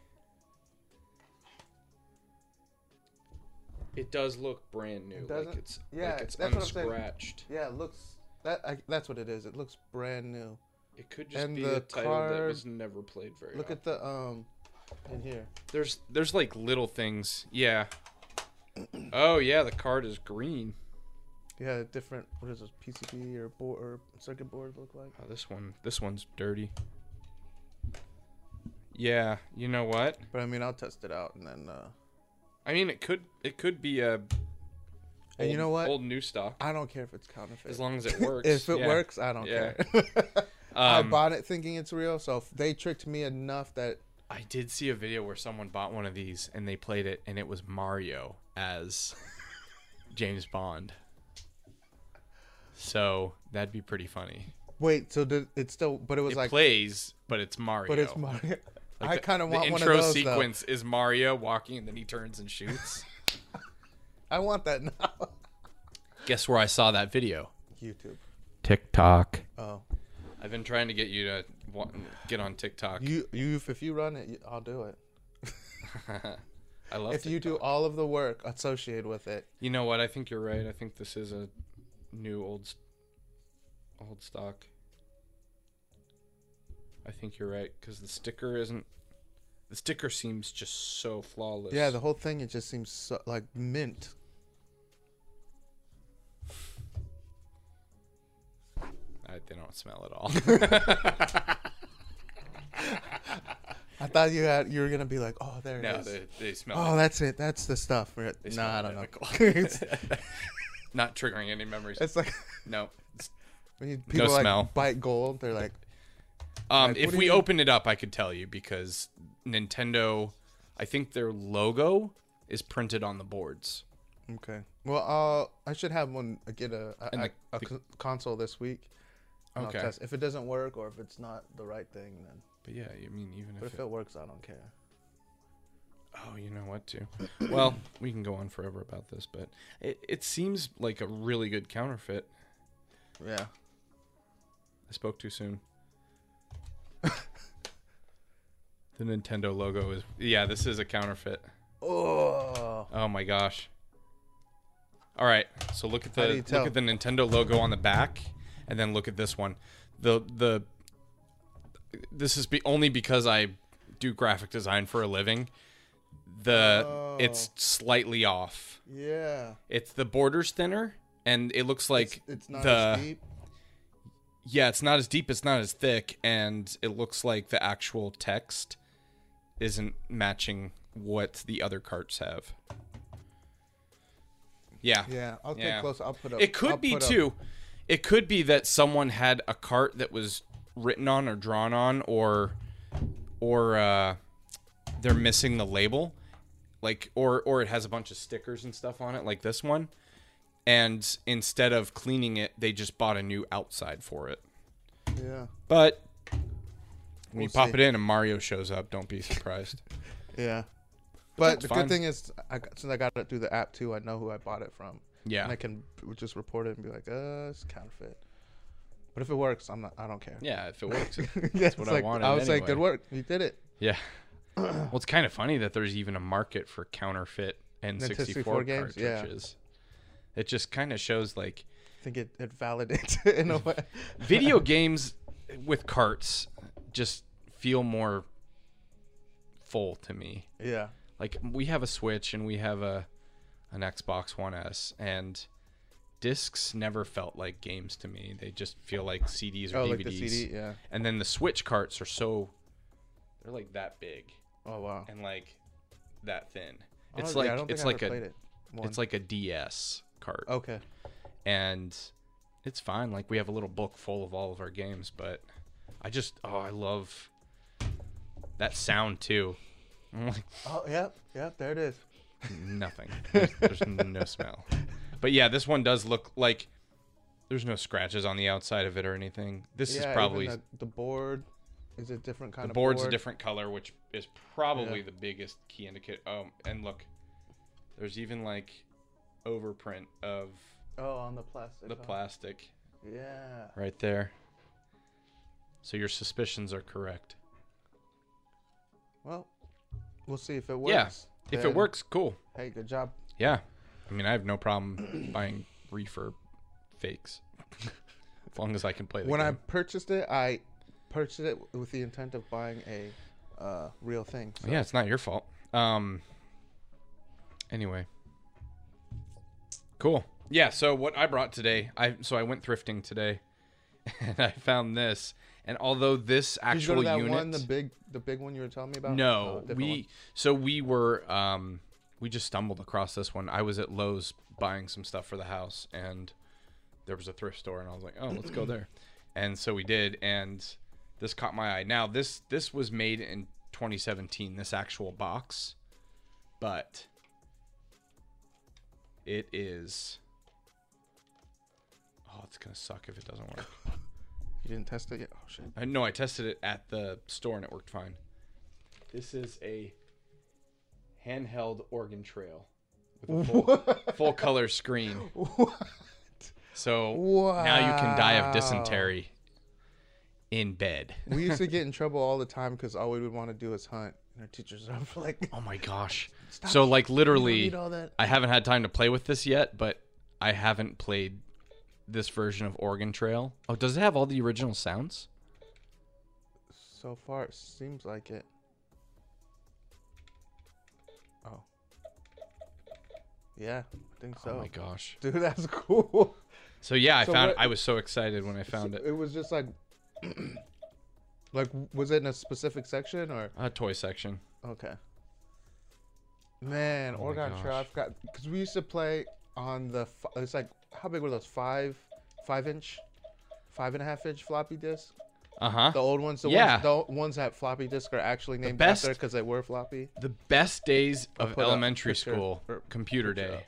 It does look brand new. like
doesn't-
it's
yeah,
like it's
that's what I'm saying.
unscratched.
Yeah, it looks. That I, that's what it is. It looks brand new.
It could just
And
be
the
a title that
card-
was never played very.
Look
often.
at the um, in here.
There's there's like little things. Yeah. *clears throat* Oh yeah, the card is green.
Yeah, the different. What is this PCB or board or circuit board look like?
Oh, this one this one's dirty. Yeah, you know what?
But I mean, I'll test it out and then. Uh,
I mean, it could it could be a.
and you
old-
know what?
Old new stock,
I don't care if it's counterfeit.
as long
*laughs*
as it works.
if it
yeah.
works, I don't
Yeah.
care. *laughs* I
Um,
bought it thinking it's real, so if they tricked me enough that
I did see a video where someone bought one of these and they played it, and it was Mario
*laughs*
as James Bond. So that'd be pretty funny.
wait, so did it still? But it was
It
like,
plays, but it's Mario.
but it's Mario. *laughs*
Like
I kind of want
the
one
intro
of those. Though.
sequence is Mario walking and then he turns
*laughs*
and shoots.
I want that now. *laughs*
Guess where I saw that video?
YouTube.
TikTok.
Oh,
I've been trying to get you to wa- get on TikTok.
you you if you run it, you- I'll do it.
*laughs* I love
If you do all of the work associated with it,
You know what? I think you're right. I think this is a new old s- old stock. I think you're right cuz the sticker isn't the sticker seems just so flawless.
yeah, the whole thing it just seems so, like mint.
I, they don't smell
*laughs*
at all. *laughs*
I thought you had you were gonna be like, oh, there it
no,
is.
they, they smell.
Oh, that's it. That's the stuff. Right? No,
smell
I don't know.
identical.
*laughs* it's,
Not triggering any memories.
it's like
no.
when you, people like
smell.
bite gold, they're like, Like,
Um,
what
if
do
we
you-
opened it up, I could tell you because Nintendo, I think their logo is printed on the boards.
okay. Well, uh, I should have one. Get a a,
And
a,
the-
a
the-
con- console this week. and I'll
Okay.
test. If it doesn't work or if it's not the right thing, then.
But yeah, I mean, even
But
if,
if
it,
it works, I don't care.
oh, you know what, too. *coughs* well, we can go on forever about this, but it, it seems like a really good counterfeit.
Yeah.
I spoke too soon. *laughs* the Nintendo logo is yeah, this is a counterfeit.
Oh.
Oh my gosh. All right. So look at
How do
the
you
look
tell?
at the Nintendo logo on the back, and then look at this one. The the this is be only because I do graphic design for a living. The
Oh.
it's slightly off.
Yeah.
It's the borders thinner, and it looks like
it's, it's not
the
as deep.
yeah, it's not as deep, it's not as thick, and it looks like the actual text isn't matching what the other carts have. Yeah.
Yeah. I'll take
Yeah.
close. I'll put up.
It could
I'll
be
put up-
too. It could be that someone had a cart that was written on or drawn on or or uh they're missing the label. Like or or it has a bunch of stickers and stuff on it like this one. And instead of cleaning it, they just bought a new outside for it.
Yeah.
But when you
We'll
pop
see.
it in and Mario shows up, don't be surprised.
Yeah. But the
fine.
good thing is, I, got- since I got it through the app too, I know who I bought it from.
Yeah.
And I can b- just report it and be like, uh, it's counterfeit. But if it works, I'm not. I don't *laughs* care.
yeah, if it works. it-
That's
what I wanted
I was like, good
anyway.
work. You did it.
yeah. Well, it's kind of funny that there's even a market for counterfeit N64
64 games, yeah.
cartridges. It just kind of shows like
I think it, it validates *laughs* it
*laughs*
in a way. *laughs*
video games with carts just feel more full to me.
yeah.
like we have a switch and we have a an xbox one s and discs never felt like games to me they just feel like cds or
Oh,
dvds
like the CD. Yeah.
and then the switch carts are so they're like that big
Oh wow.
and like that thin
I
it's
don't-
like
yeah, I don't
it's
think I
like
ever
a
played it. Oh. One.
it's like a ds cart
okay.
and it's fine like we have a little book full of all of our games but i just oh i love that sound too *laughs* i'm like
Oh yep, yep. There it is.
nothing. There's, there's no smell. But yeah, this one does look like there's no scratches on the outside of it or anything. This
even
is probably
the, the board is a different kind
the
of
board's
board.
a different color, which is probably
Yeah.
the biggest key indicator. Oh, and look, there's even like overprint of
Oh, on the plastic.
the
huh?
plastic
Yeah.
right there. So your suspicions are correct.
Well, we'll see if it works.
Yeah, If
then.
it works, cool.
Hey, good job.
Yeah. I mean, I have no problem buying *clears throat* reefer fakes. *laughs* As long as I can play the
When I
game.
purchased it, I purchased it w- with the intent of buying a uh, real thing. So
Yeah, it's not your fault. Um. Anyway. Cool. Yeah. So what I brought today, I so I went thrifting today, *laughs* and I found this. And although this
Did you go
actual
to that
unit,
one, the big, the big one you were telling me about? Oh,
no,
different
we
one.
so we were um we just stumbled across this one. I was at Lowe's buying some stuff for the house, and there was a thrift store, and I was like, oh,
*clears throat*
let's go there, and so we did, and this caught my eye. Now this this was made in 2017, this actual box, but it is. Oh, it's gonna suck if it doesn't work.
You didn't test it yet. Oh shit.
I, no, I tested it at the store and it worked fine. This is a handheld Oregon Trail with a full,
*laughs*
full color screen.
What?
So now you can die of dysentery in bed.
we used to get in trouble all the time because all we would want to do is hunt, and our teachers are *laughs* like,
Oh my gosh.
Stop.
So like
"You
literally
need all that."
I haven't had time to play with this yet, but I haven't played this version of Oregon Trail. Oh, does it have all the original sounds?
So far, it seems like it. Oh. Yeah, I think so.
Oh my gosh.
*laughs* Dude, that's cool.
So yeah, I
So
found
what-
I was so excited when I found
So
it.
It was just like, *clears throat* like, was it in a specific section or?
A toy section.
Okay. Man,
Oh my
Oregon Trail. I
gosh.
forgot because we used to play on the. f- It's like how big were those? Five, five inch, five and a half inch floppy disc.
Uh-huh.
The old ones. The
Yeah.
Ones, the o- ones that floppy disc are actually named
best-
after because they were floppy.
The best days of
put up
elementary
picture-
school,
or
computer
picture
day.
up.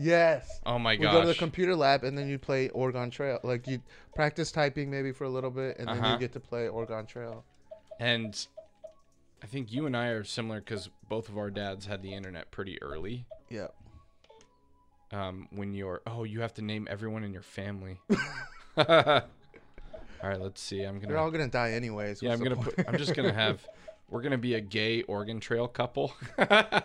Yes.
Oh my
We go to the
gosh.
computer lab and then you play Oregon Trail. Like you practice typing maybe for a little bit and then
Uh-huh.
you get to play Oregon Trail.
and I think you and I are similar cuz both of our dads had the internet pretty early.
Yeah.
Um when you're Oh, you have to name everyone in
*laughs*
your family. *laughs* All right, let's see. I'm going
They're
to
all gonna die anyways.
Yeah, I'm
what's the
gonna. Put,
point?
I'm
*laughs*
just gonna have. We're gonna be a gay Oregon Trail couple. *laughs*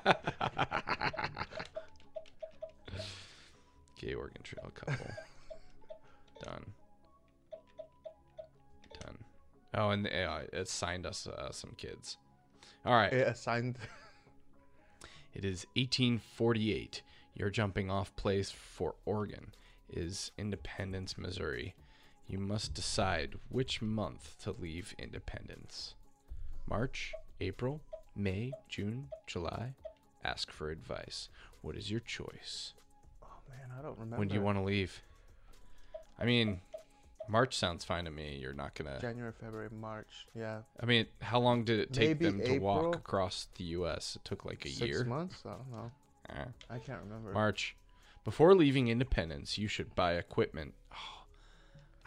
gay Oregon Trail couple. Done. Done. Oh, and uh, it signed us uh, some kids. All right.
it assigned
It is 1848. Your jumping off place for Oregon is Independence, Missouri. You must decide which month to leave Independence March, April, May, June, July. Ask for advice. What is your choice?
Oh man, I don't remember.
When do you want to leave? I mean, March sounds fine to me. You're not going to.
January, February, March. Yeah.
I mean, how long did it take
Maybe
them to
April?
walk across the U.S.? It took like a
Six
year.
months? I don't know.
Eh.
I can't remember.
March. Before leaving Independence, you should buy equipment. *sighs*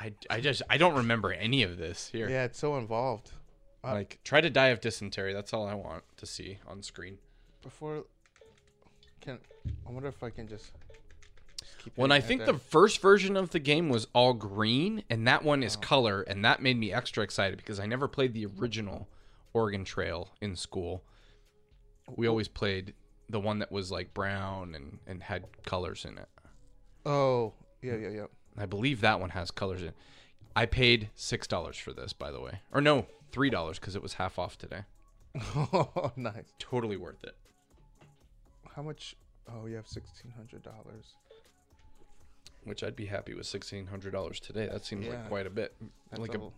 Oh, I, I just I don't remember any of this here.
Yeah, it's so involved. uh,
Like try to die of dysentery. That's all I want to see on screen.
Before can I wonder if I can just, just keep
Well, and I
hitting it
think
there.
the first version of the game was all green, and that one
Oh.
is color, and that made me extra excited because I never played the original Oregon Trail in school. We always played the one that was like brown and and had colors in it.
Oh, yeah, yeah, *laughs* yeah.
I believe that one has colors in. it. I paid six dollars for this, by the way, or no, three dollars because it was half off today.
oh, nice.
Totally worth it.
How much? Oh, you have sixteen hundred dollars.
Which I'd be happy with sixteen hundred dollars today. That seems
Yeah.
like quite a bit,
That's
like
all.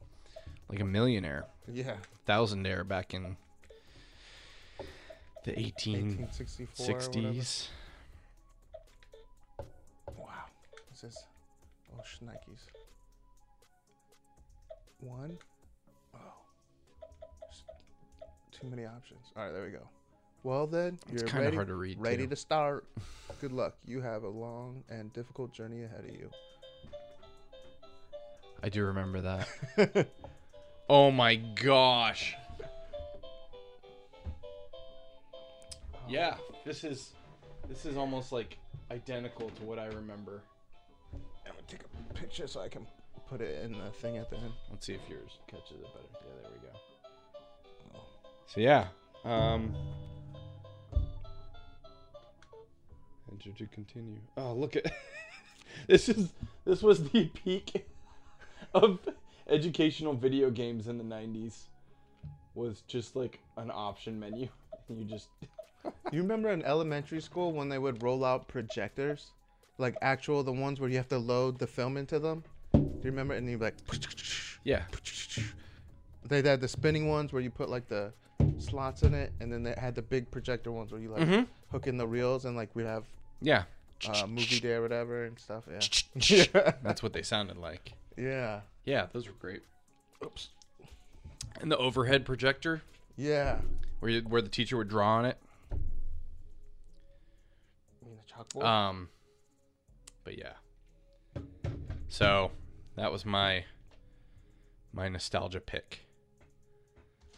a like a millionaire,
yeah,
thousandaire back in the eighteen
eighteen sixty four.
Mm-hmm. sixties.
Wow. What's this? Oh, shnikes. One. Oh. There's Too many options. All right, there we go. Well then,
It's
you're
kinda
ready,
hard to read,
ready
too.
to
*laughs*
start. Good luck. You have a long and difficult journey ahead of you. *laughs*
I do remember that. *laughs* oh my gosh. Yeah, this is this is almost like identical to what I remember.
I'm gonna take a picture so I can put it in the thing at the end.
Let's see if yours catches it better. Yeah, there we go. Oh. So yeah, um, enter to continue. Oh, look at *laughs* this is this was the peak *laughs* of educational video games in the '90s. Was just like an option menu. *laughs* You just
You remember in elementary school when they would roll out projectors? Like actual the ones where you have to load the film into them? Do you remember? And you'd be like
yeah.
They had the spinning ones where you put like the slots in it and then they had the big projector ones where you like hook in the reels and like we'd have
Yeah.
uh, movie day or whatever and stuff. Yeah. yeah.
That's what they sounded like.
Yeah.
Yeah, those were great.
Oops.
And the overhead projector,
Yeah.
where you, where the teacher would draw on it.
I mean the chalkboard.
Um, but yeah. So that was my my nostalgia pick.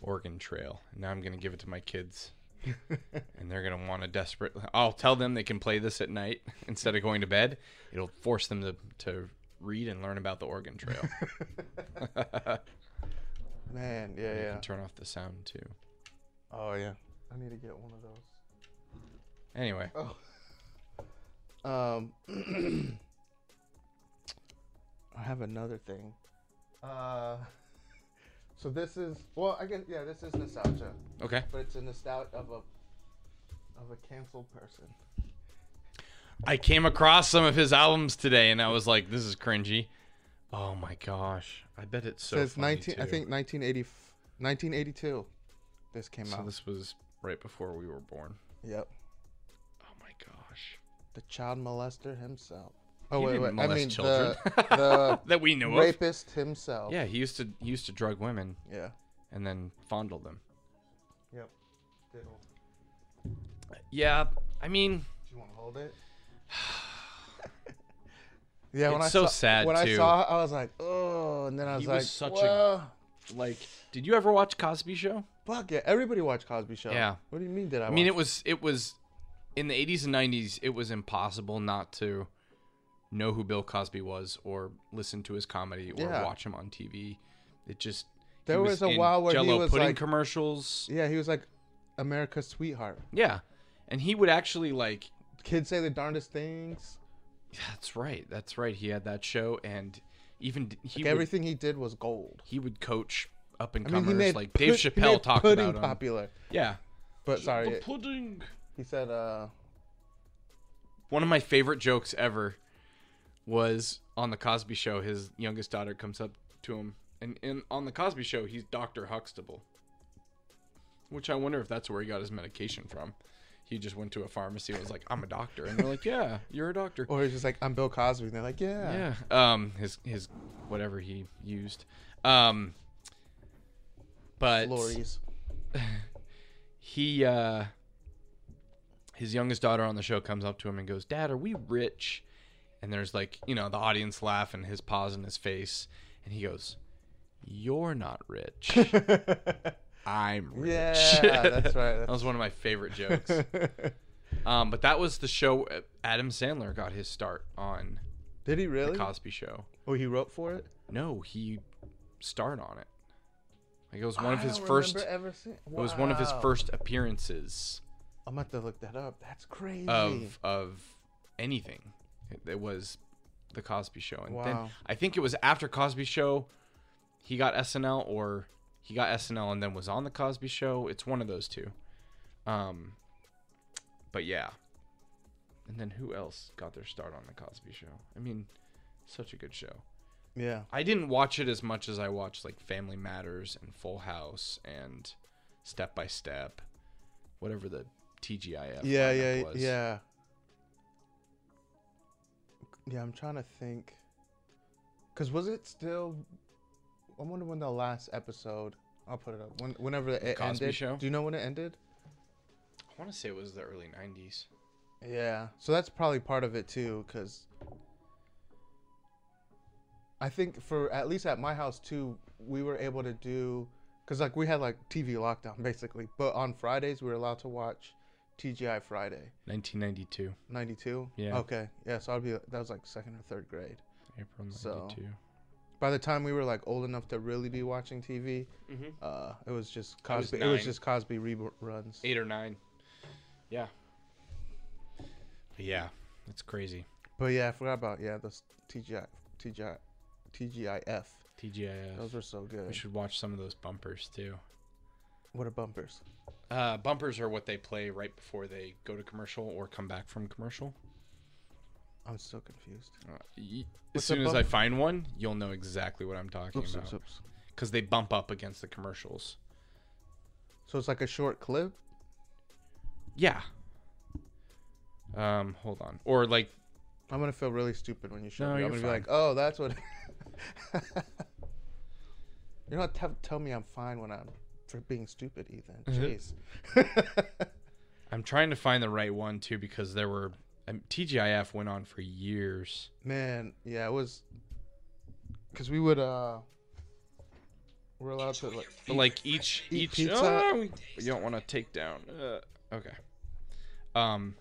Oregon Trail. Now I'm gonna give it to my kids, and they're gonna want to desperate. I'll tell them they can play this at night *laughs* instead of going to bed. It'll force them to to read and learn about the Oregon Trail. *laughs*
*laughs* Man, yeah,
You
yeah.
can turn off the sound too.
Oh yeah. I need to get one of those.
Anyway,
Oh. Um, *clears throat* I have another thing. Uh, so this is well, I guess yeah, this is nostalgia,
okay.
but it's a nostalgia of a of a canceled person.
I came across some of his albums today, and I was like, "This is cringy." Oh my gosh! I bet it's so.
Says
funny,
19, I
too.
think 1980, 1982. This came
So
out.
this was right before we were born.
Yep,
Oh my gosh!
the child molester himself. Oh
He
wait,
didn't
wait. I
molest
mean
children.
*laughs*
*laughs*
the
Oh, that we
the
know of.
rapist himself.
Yeah, he used to he used to drug women
Yeah.
and then fondle them.
Yep. Diddle.
Yeah, I mean,
Do you want to hold it? *sighs* yeah, when
It's
I
so
saw,
sad,
when
too.
I saw, it, I was like, oh, and then I was
He
like,
was such a-
well,
like, did you ever watch Cosby Show?
fuck yeah, everybody watched Cosby Show.
Yeah.
What do you mean? Did I?
I mean, it
watch
was it was in the 80s and 90s. It was impossible not to know who Bill Cosby was, or listen to his comedy, or
Yeah.
watch him on TV. It just he
There was a
in
while where he
Jell-O
was,
pudding
like-
commercials.
yeah, he was like America's sweetheart.
Yeah, and he would actually like
Kids say the darndest things.
That's right. That's right. He had that show, and even d- he
Like,
would,
everything he did was gold.
he would coach up and
I mean,
comers
he made
like
pud-
Dave
he
Chappelle
made
talked
pudding
about. Him.
popular.
Yeah,
But sorry,
pudding.
he said, uh,
One of my favorite jokes ever was on the Cosby Show. His youngest daughter comes up to him, and in, on the Cosby Show, he's Doctor Huxtable, which I wonder if that's where he got his medication from. He just went to a pharmacy and was like, "I'm a doctor," and they're like, "Yeah, you're a doctor."
or he's just like, I'm Bill Cosby. And they're like, Oh, yeah.
Yeah. Um his his whatever he used. Um
*laughs*
but *laughs*
Lori's.
he uh his youngest daughter on the show comes up to him and goes, "Dad, are we rich?" And there's like, you know, the audience laugh and his paws in his face and he goes, "You're not rich.
*laughs*
I'm rich." *laughs*
Yeah, that's right,
that was one of my favorite jokes.
*laughs*
*laughs* um but that was the show uh, Adam Sandler got his start on
Did he really?
the Cosby show.
oh, he wrote for it.
No, he starred on it. Like it was one of
I
his
don't
first.
remember
It
ever see-
was one of his
Wow.
first appearances
I'm about to look that up. That's crazy.
of of anything. It, it was the Cosby Show, and then
Wow.
I think it was after Cosby Show, he got SNL, or he got SNL and then was on the Cosby Show. It's one of those two. Um, but yeah. And then who else got their start on the Cosby Show? I mean, such a good show.
yeah.
I didn't watch it as much as I watched like Family Matters and Full House and Step by Step, whatever the TGIF
Yeah,
lineup
yeah,
was.
yeah. Yeah, I'm trying to think. Cause was it still? I wonder when the last episode. I'll put it up. When, whenever it
Cosby
ended.
Show?
Do you know when it ended?
I want to say it was the early '90s.
Yeah. So that's probably part of it too, because I think for at least at my house too, we were able to do because like we had like TV lockdown *laughs* basically, but on Fridays we were allowed to watch TGI Friday
1992,
'92.
Yeah.
Okay. Yeah. So I'd be that was like second or third grade.
April
So-
'92.
By the time we were like old enough to really be watching TV,
Mhm.
uh, it was just
I was
Cosby. it was
nine.
just Cosby reruns.
Eight or nine. Yeah. But yeah, that's crazy.
But yeah, I forgot about yeah the TGI TGI TGIF.
TGIF.
Those were so good.
we should watch some of those bumpers too.
What are bumpers?
Uh, bumpers are what they play right before they go to commercial or come back from commercial.
I'm so confused.
Uh, y- as
What's a
soon as I
bump?
find one, you'll know exactly what I'm talking
Oops,
about
oops, oops.
because they bump up against the commercials.
So it's like a short clip.
Yeah. Um, hold on. Or like,
I'm gonna feel really stupid when you show me.
No,
I'm
you're
gonna be like, oh, that's what. *laughs* You're not t- tell me I'm fine when I'm for being stupid, Ethan. Jeez.
Mm-hmm.
*laughs*
I'm trying to find the right one too because there were um, TGIF went on for years.
Man, yeah, it was. Cause we would uh. We're allowed to like.
But like
*laughs*
each
Eat
each
pizza.
Ah, we- you don't want to take down. Uh, okay. Um.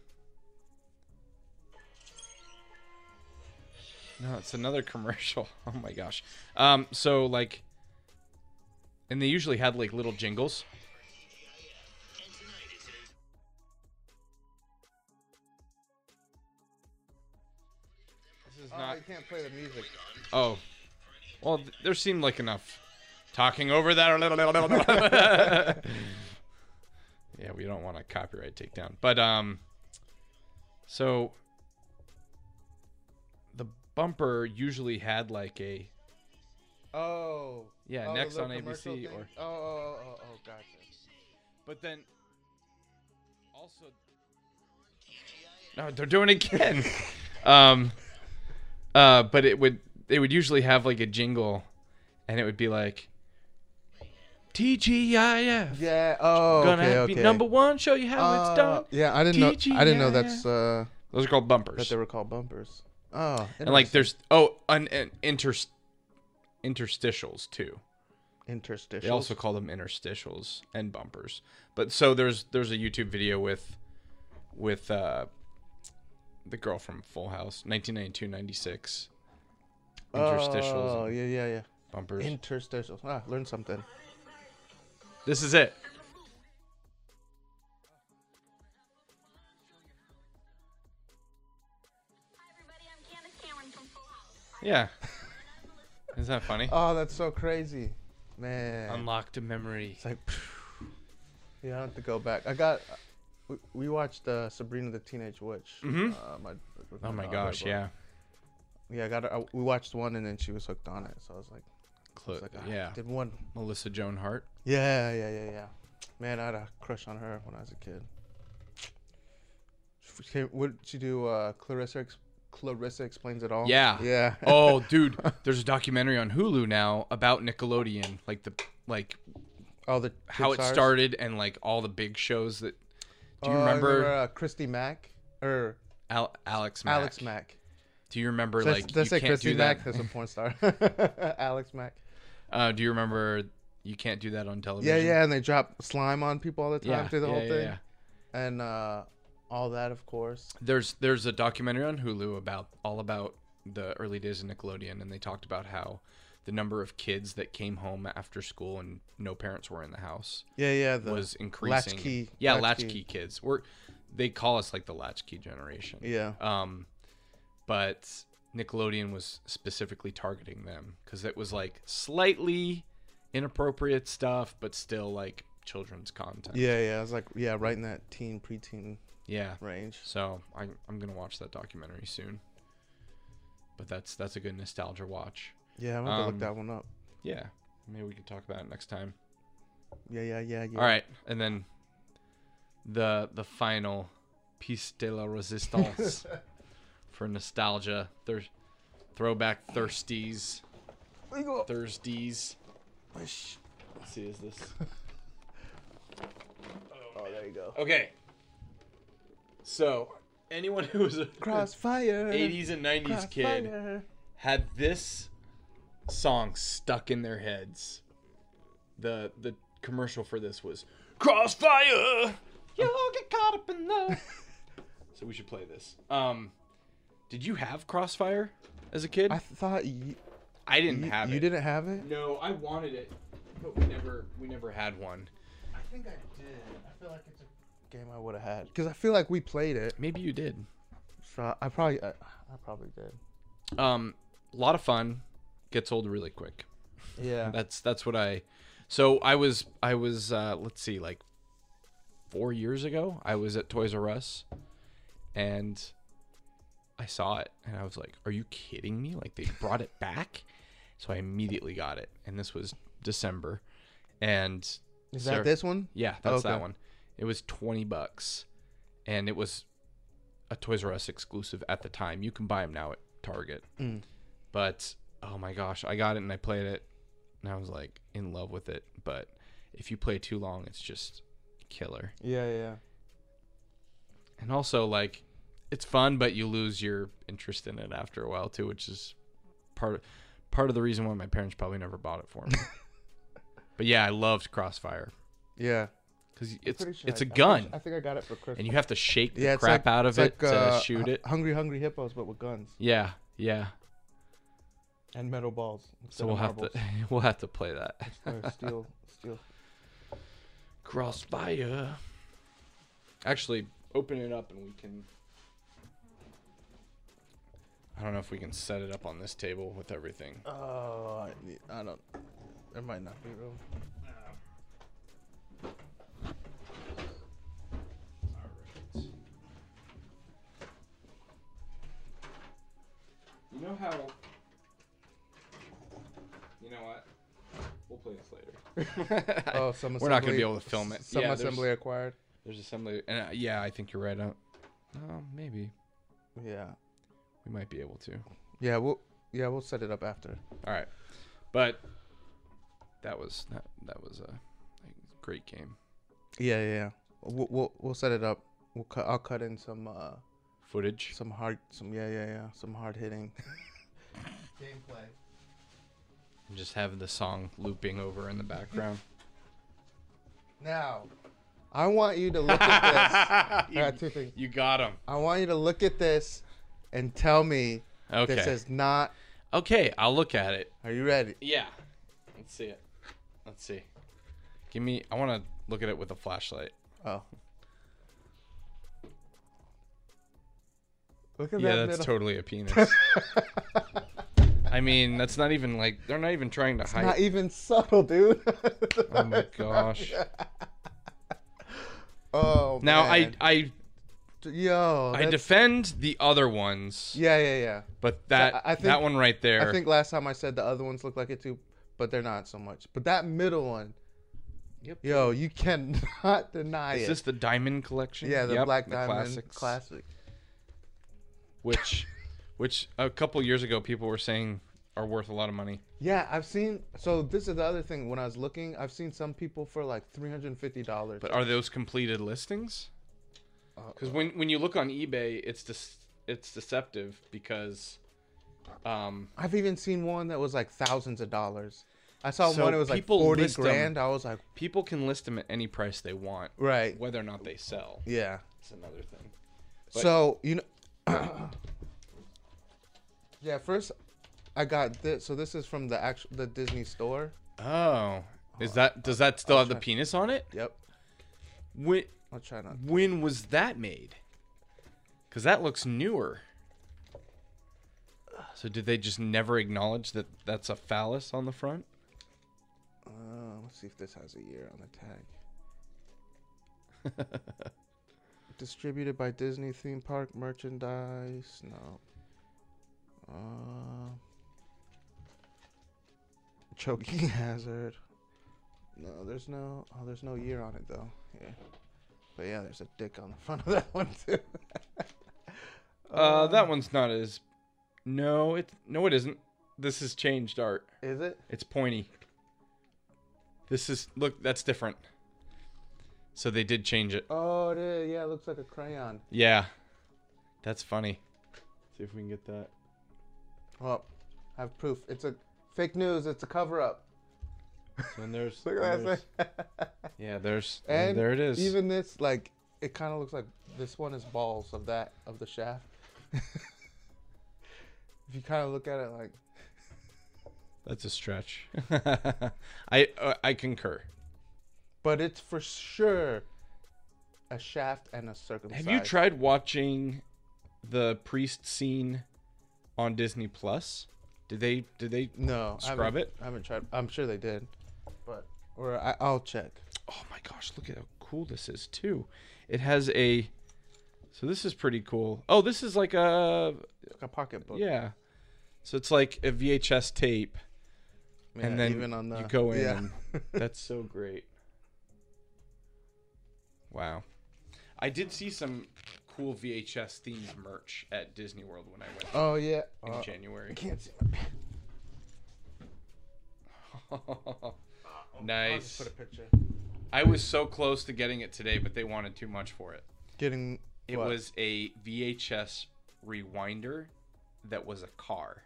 No, it's another *laughs* commercial. Oh my gosh. Um. So like. And they usually had like little jingles. This is
I
not.
can't play the music.
Oh. Well, th- there seemed like enough talking over that. *laughs* yeah, we don't want a copyright takedown. But um so the bumper usually had like a
Oh.
Yeah,
Oh, the
next
little
on ABC
commercial thing?
or-
Oh, oh, oh, oh, oh, gotcha.
but then also No, they're doing it
*laughs*
again. um uh but it would they would usually have like a jingle and it would be like TGIF
Yeah. Oh.
gonna
okay,
be
okay.
number one. Show you how
Uh,
Oh, it's done.
Yeah, I didn't know. I didn't know
TGIF.
that's uh,
Those are called
that
bumpers.
they were called bumpers. Oh,
and like
interesting.
there's oh an, an inter, interstitials too.
interstitials.
They also call them interstitials and bumpers. But so there's there's a YouTube video with with uh the girl from Full House 1992 96 interstitials
Oh,
and
yeah, yeah, yeah.
bumpers.
Interstitials. Ah, learn something.
this is it.
everybody, I'm Candace Cameron from Full House.
Yeah. Isn't that funny?
Oh, that's so crazy, man.
Unlocked a memory.
it's like, yeah, I don't have to go back. I got. We, we watched uh, Sabrina the Teenage Witch.
Mhm.
Uh, my, with
Oh my
daughter,
gosh,
but-
yeah.
Yeah, I got. Her, I, we watched one, and then she was hooked on it. So I was like, I
Cl-
was like ah,
yeah.
did one.
Melissa
*laughs*
Joan Hart.
Yeah, yeah, yeah, yeah. Man, I had a crush on her when I was a kid. She came- What did she do? Uh, Clarissa, Ex- Clarissa explains it all.
Yeah.
Yeah.
*laughs* oh, dude, there's a documentary on Hulu now about Nickelodeon, like the like
*laughs* all the
how
big
it
stars.
started and like all the big shows that. Do you
Oh, I
remember,
uh, Christy Mack or
Al- Alex Mack?
Alex Mack?
Do you remember
Did I-
like
did I
you
say
can't
Christy
do
Mack?
that? *laughs*
That's a porn star. *laughs* Alex Mack.
Uh, do you remember you can't do that on
Yeah,
television?
yeah, and they drop slime on people all the time
yeah,
through the
yeah,
whole
yeah,
thing,
yeah.
and uh, all that, of course.
There's there's a documentary on Hulu about all about the early days of Nickelodeon, and they talked about how the number of kids that came home after school and no parents were in the house.
Yeah, yeah. The,
was increasing.
latchkey-
yeah,
latchkey.
latchkey. kids. We're they call us like the latchkey generation.
Yeah.
Um, but Nickelodeon was specifically targeting them because it was like slightly inappropriate stuff, but still like children's content.
Yeah, yeah. I was like, yeah, right in that teen, preteen
Yeah.
range.
So I'm I'm gonna watch that documentary soon. But that's that's a good nostalgia watch.
Yeah, I'm gonna
Um,
look that one up.
Yeah. Maybe we can talk about it next time.
Yeah, yeah, yeah, yeah.
All right, and then the the final piece de la
*laughs*
resistance for nostalgia, thir- throwback thirsties, Thursdays.
Sh-
Let's see, is this
Oh, there you go.
okay? So, anyone who was a *laughs*
Crossfire.
80s and 90s kid
Crossfire.
had this song stuck in their heads. The the commercial for this was Crossfire. You'll get caught up in the. *laughs* so we should play this. Um, did you have Crossfire as a kid?
I
I,
thought you
didn't
you,
have it.
you didn't have it.
No, I wanted it, but we never we never had one.
I think I did. I feel like it's a game I would have had because I feel like we played it.
Maybe you did.
So I probably, I, I probably did.
Um, a lot of fun. Gets old really quick.
Yeah.
That's that's what I. So I was I was uh, let's see like four years ago I was at Toys R Us, and I saw it and I was like, "Are you kidding me? Like they brought it back?" So I immediately got it, and this was December, and
Is
Sarah-
that this one?
yeah, that's that
Okay.
one. It was twenty bucks, and it was a Toys R Us exclusive at the time. You can buy them now at Target,
Mm.
but oh my gosh, I got it and I played it, and I was like in love with it. But if you play too long, it's just killer.
Yeah, yeah.
And also like, it's fun, but you lose your interest in it after a
*laughs*
while too, which is part of part of the reason why my parents probably never bought it for me. But yeah, I loved Crossfire
Yeah.
because it's
Pretty sure
it's
I-
a
I think-
gun,
I think I got it for Christmas.
and you have to shake the
yeah, it's
crap
like-
out of
it's
it
like,
to
uh,
shoot
Hu- *laughs*
it.
Hungry, hungry hippos, but with guns
Yeah, yeah.
and metal balls. instead
So
of
we'll have to *laughs*
marbles
we'll have to play that.
or steel, steel.
Crossfire. Actually, open it up and we can. I don't know if we can set it up on this table with everything.
Oh, I, need- I don't. There might not be room.
Alright. You know how. You know what? We'll play this later.
*laughs* Oh, some
We're not gonna be
assembly-
able to film it.
Some
Yeah, there's-
assembly acquired.
There's assembly, and uh, yeah, I think you're right. Uh, oh, maybe
Yeah.
we might be able to.
Yeah, we'll yeah we'll set it up after.
All right, but that was that that was a great game
Yeah, yeah. yeah. We'll we'll, we'll set it up. We'll cut. I'll cut in some uh
footage.
some hard some yeah yeah yeah some hard hitting. *laughs* Gameplay.
Just have the song looping over in the background.
Now, I want you to look at
*laughs*
this. I got two things.
You got him.
I want you to look at this and tell me
Okay.
this is not.
okay, I'll look at it.
Are you ready?
Yeah. Let's see it. Let's see. Give me. I want to look at it with a flashlight.
Oh. Look at
Yeah,
that
that's
middle.
totally
*laughs*
a penis. I mean, that's not even like they're not even trying to hide.
Not even subtle, dude. *laughs*
oh my gosh.
Oh.
Now
man.
I I
Yo.
I
that's-
defend the other ones,
Yeah, yeah, yeah.
but that
I- I think-
that one right there.
I think last time I said the other ones look like it too, but they're not so much. But that middle one,
Yep.
yo, you cannot *laughs* deny
is
it.
this the diamond collection?
yeah, the
Yep,
Black Diamond
classics.
*laughs* Classic.
which which a couple years ago people were saying are worth a lot of money.
Yeah, I've seen. So this is the other thing. When I was looking, I've seen some people for like three hundred and fifty dollars.
But are those completed listings?
Uh,
Because when when you look on eBay, it's dis- it's deceptive because, um,
I've even seen one that was like thousands of dollars. I saw
So
one that was like
people
forty
list 'em.
grand. I was like,
people can list them at any price they want,
right,
whether or not they sell.
yeah.
It's another thing. But-
So you know, *coughs* yeah. First, I got this. So this is from the actual the Disney store.
Oh, is that does that still have the
try-
penis on it?
Yep.
When
I'll try not.
when was that made? Because that looks newer. So did they just never acknowledge that that's a phallus on the front?
Uh, let's see if this has a year on the tag. *laughs* Distributed by Disney theme park merchandise. No. Uh, choking *laughs* hazard. No, there's no. Oh, there's no year on it though. Yeah. But yeah, there's a dick on the *laughs* front of that one too.
Uh, that one's not as. No, it no, it isn't. This is changed art.
Is it?
It's pointy. This is look. That's different. So they did change it.
Oh, it is. Yeah, it looks like a crayon.
Yeah, that's funny. See if we can get that.
Well, I have proof. It's a fake news. It's a cover up.
So then there's.
*laughs* Look at
there's-
that thing. *laughs*
Yeah, there's.
And
there it is.
Even this, like, it kind of looks like this one is balls of that of the shaft. *laughs* if you kind of look at it, like,
that's a *laughs* stretch. I uh, I concur.
but it's for sure a shaft and a circumcised.
Have you tried watching the priest scene on Disney Plus? Did they did they
No. I
Scrub
haven't-
it?
I haven't tried. I'm sure they did, but or I, I'll check.
oh my gosh, look at how cool this is too. It has a so this is pretty cool. Oh, this is like a
Like a pocketbook.
yeah. So it's like a VHS tape,
Yeah,
and then
even on the
you go in.
yeah. *laughs*
and- that's so great. Wow, I did see some cool VHS themed merch at Disney World when I went
oh yeah.
in
Uh, I
January. *laughs*
can't see my pants. I'll just
nice.
put a picture.
I was so close to getting it today, but they wanted too much for it.
Getting
It
what?
was a VHS rewinder that was a car.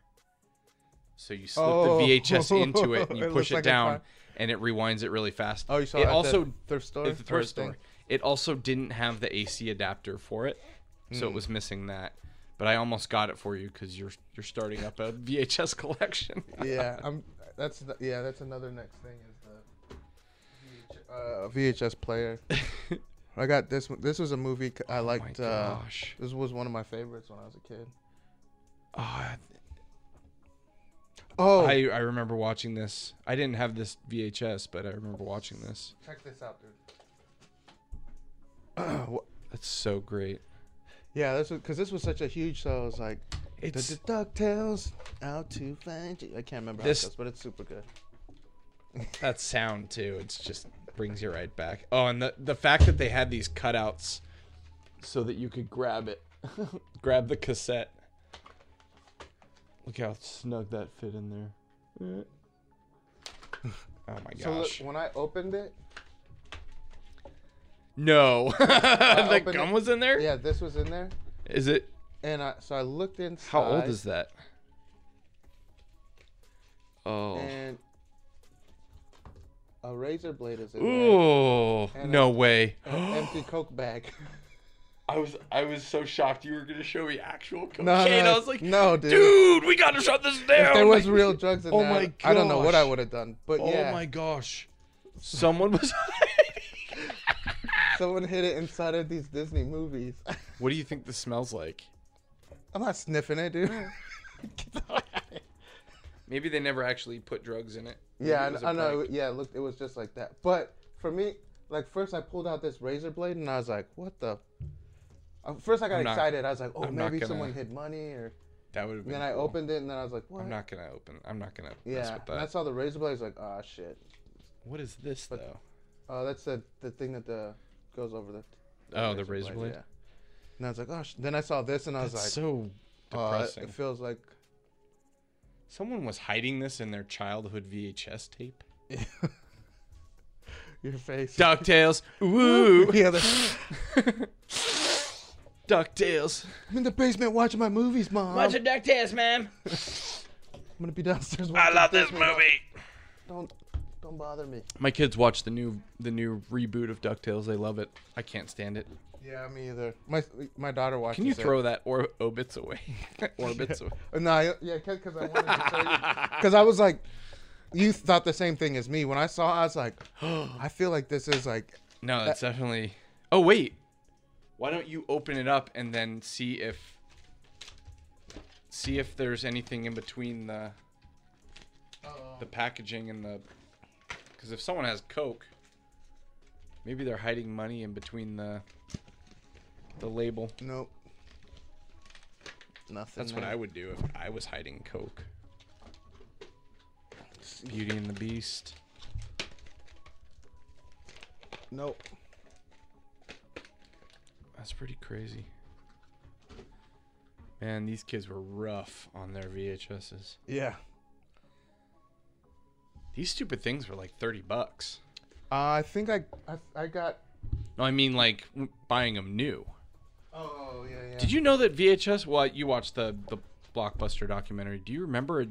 So you slip
Oh.
the VHS into
*laughs*
it and you
It looks
push it
like a
down,
car.
and it rewinds it really fast.
Oh, you saw
it
it at the
also
thrift store?
at the thrift
First thing.
store. It also didn't have the AC adapter for it, so it was missing that. But I almost got it for you because you're you're starting up a *laughs* VHS collection. *laughs*
yeah, I'm. That's the, yeah. That's another next thing is the VH, uh, VHS player. I got this. one. This was a movie c- I
Oh my
liked. uh,
gosh.
this was one of my favorites when I was a kid.
Ah,
Oh,
I, I remember watching this. I didn't have this VHS, but I remember watching this.
check this out, dude. *clears throat* Wha-
That's so great.
yeah, this was because this was such a huge. So I was like,
It's-
the, the Ducktales out to find you. I can't remember
This-
how it goes, but it's super good.
That sound too. It's just brings you right back. Oh, and the the fact that they had these cutouts so that you could grab it, *laughs* grab the cassette. Look how snug that fit in there. *laughs* Oh my
So look,
gosh!
when I opened it,
no, *laughs* the
opened
gum
uh, it-
was in there. Is
yeah, this was in there,
it?
and I so I looked inside.
How old is that? Oh.
And a razor blade is in there.
Ooh,
And
no
a-
way.
An empty Coke
*gasps*
bag. *laughs*
I was I was so shocked you were gonna show me actual cocaine.
no,
I was like,
no, dude.
we gotta shut this down.
If there was
Like,
real drugs in
oh
there,
my
I don't know what I
gosh.
would have done. But
oh
yeah,
my gosh, someone was.
*laughs*
*laughs*
someone hid it inside of these Disney movies. *laughs*
what do you think this smells *laughs* like?
I'm not sniffing it,
*laughs*
dude. *laughs*
Maybe they never actually put drugs in it.
yeah, I
Maybe it was
kn- I
a
know.
prank.
it- Yeah, it looked, it was just like that. But for me, like first I pulled out this razor blade and I was like, what the. Uh, First, I got
I'm not-
excited. I was like, "Oh,
I'm not
maybe
gonna-
someone hid money," or
That would have
and
been.
then I
cool.
opened it, and then I was like, "What?"
I'm not gonna open. I'm not gonna mess
yeah,
with
and I
that.
saw the razor blade. I was like, "Ah, shit."
What is this though?
Oh, that's the the thing that the goes over the.
Oh, the razor blade.
Yeah. And I was like, oh. sh-" Then I saw this, and I was
That's
like,
so
"Uh,
depressing.
it feels like.
Someone was hiding this in their childhood VHS tape.
Your face.
Ducktales. Woo.
*laughs* Yeah, the-
Ducktales.
I'm in the basement watching my movies, mom.
Bunch of Ducktales, man.
I'm gonna be downstairs.
I
watching
love this
Disney.
movie.
Don't, don't bother me.
My kids watch the new the new reboot of Ducktales. They love it. I can't stand it.
Yeah, me either. My my daughter watches.
Can you
it.
throw that or obits away? orbits away.
Uh, No, I, yeah, because I wanted
*laughs*
to tell you. Because I was like, you thought the same thing as me when I saw. it, I was like, *gasps* I feel like this is like.
No, that's definitely. Oh wait, why don't you open it up and then see if see if there's anything in between the the packaging and the because if someone has Coke, maybe they're hiding money in between the the label.
Nope. Nothing.
That's what
there.
I would do if I was hiding Coke. Beauty and the Beast.
Nope.
That's pretty crazy. Man, these kids were rough on their VHSs.
Yeah.
These stupid things were like 30 bucks.
Uh, I think I, I I got.
No, I mean like w- buying them new.
Oh yeah yeah.
Did you know that VHS, well, you watched the the blockbuster documentary. Do you remember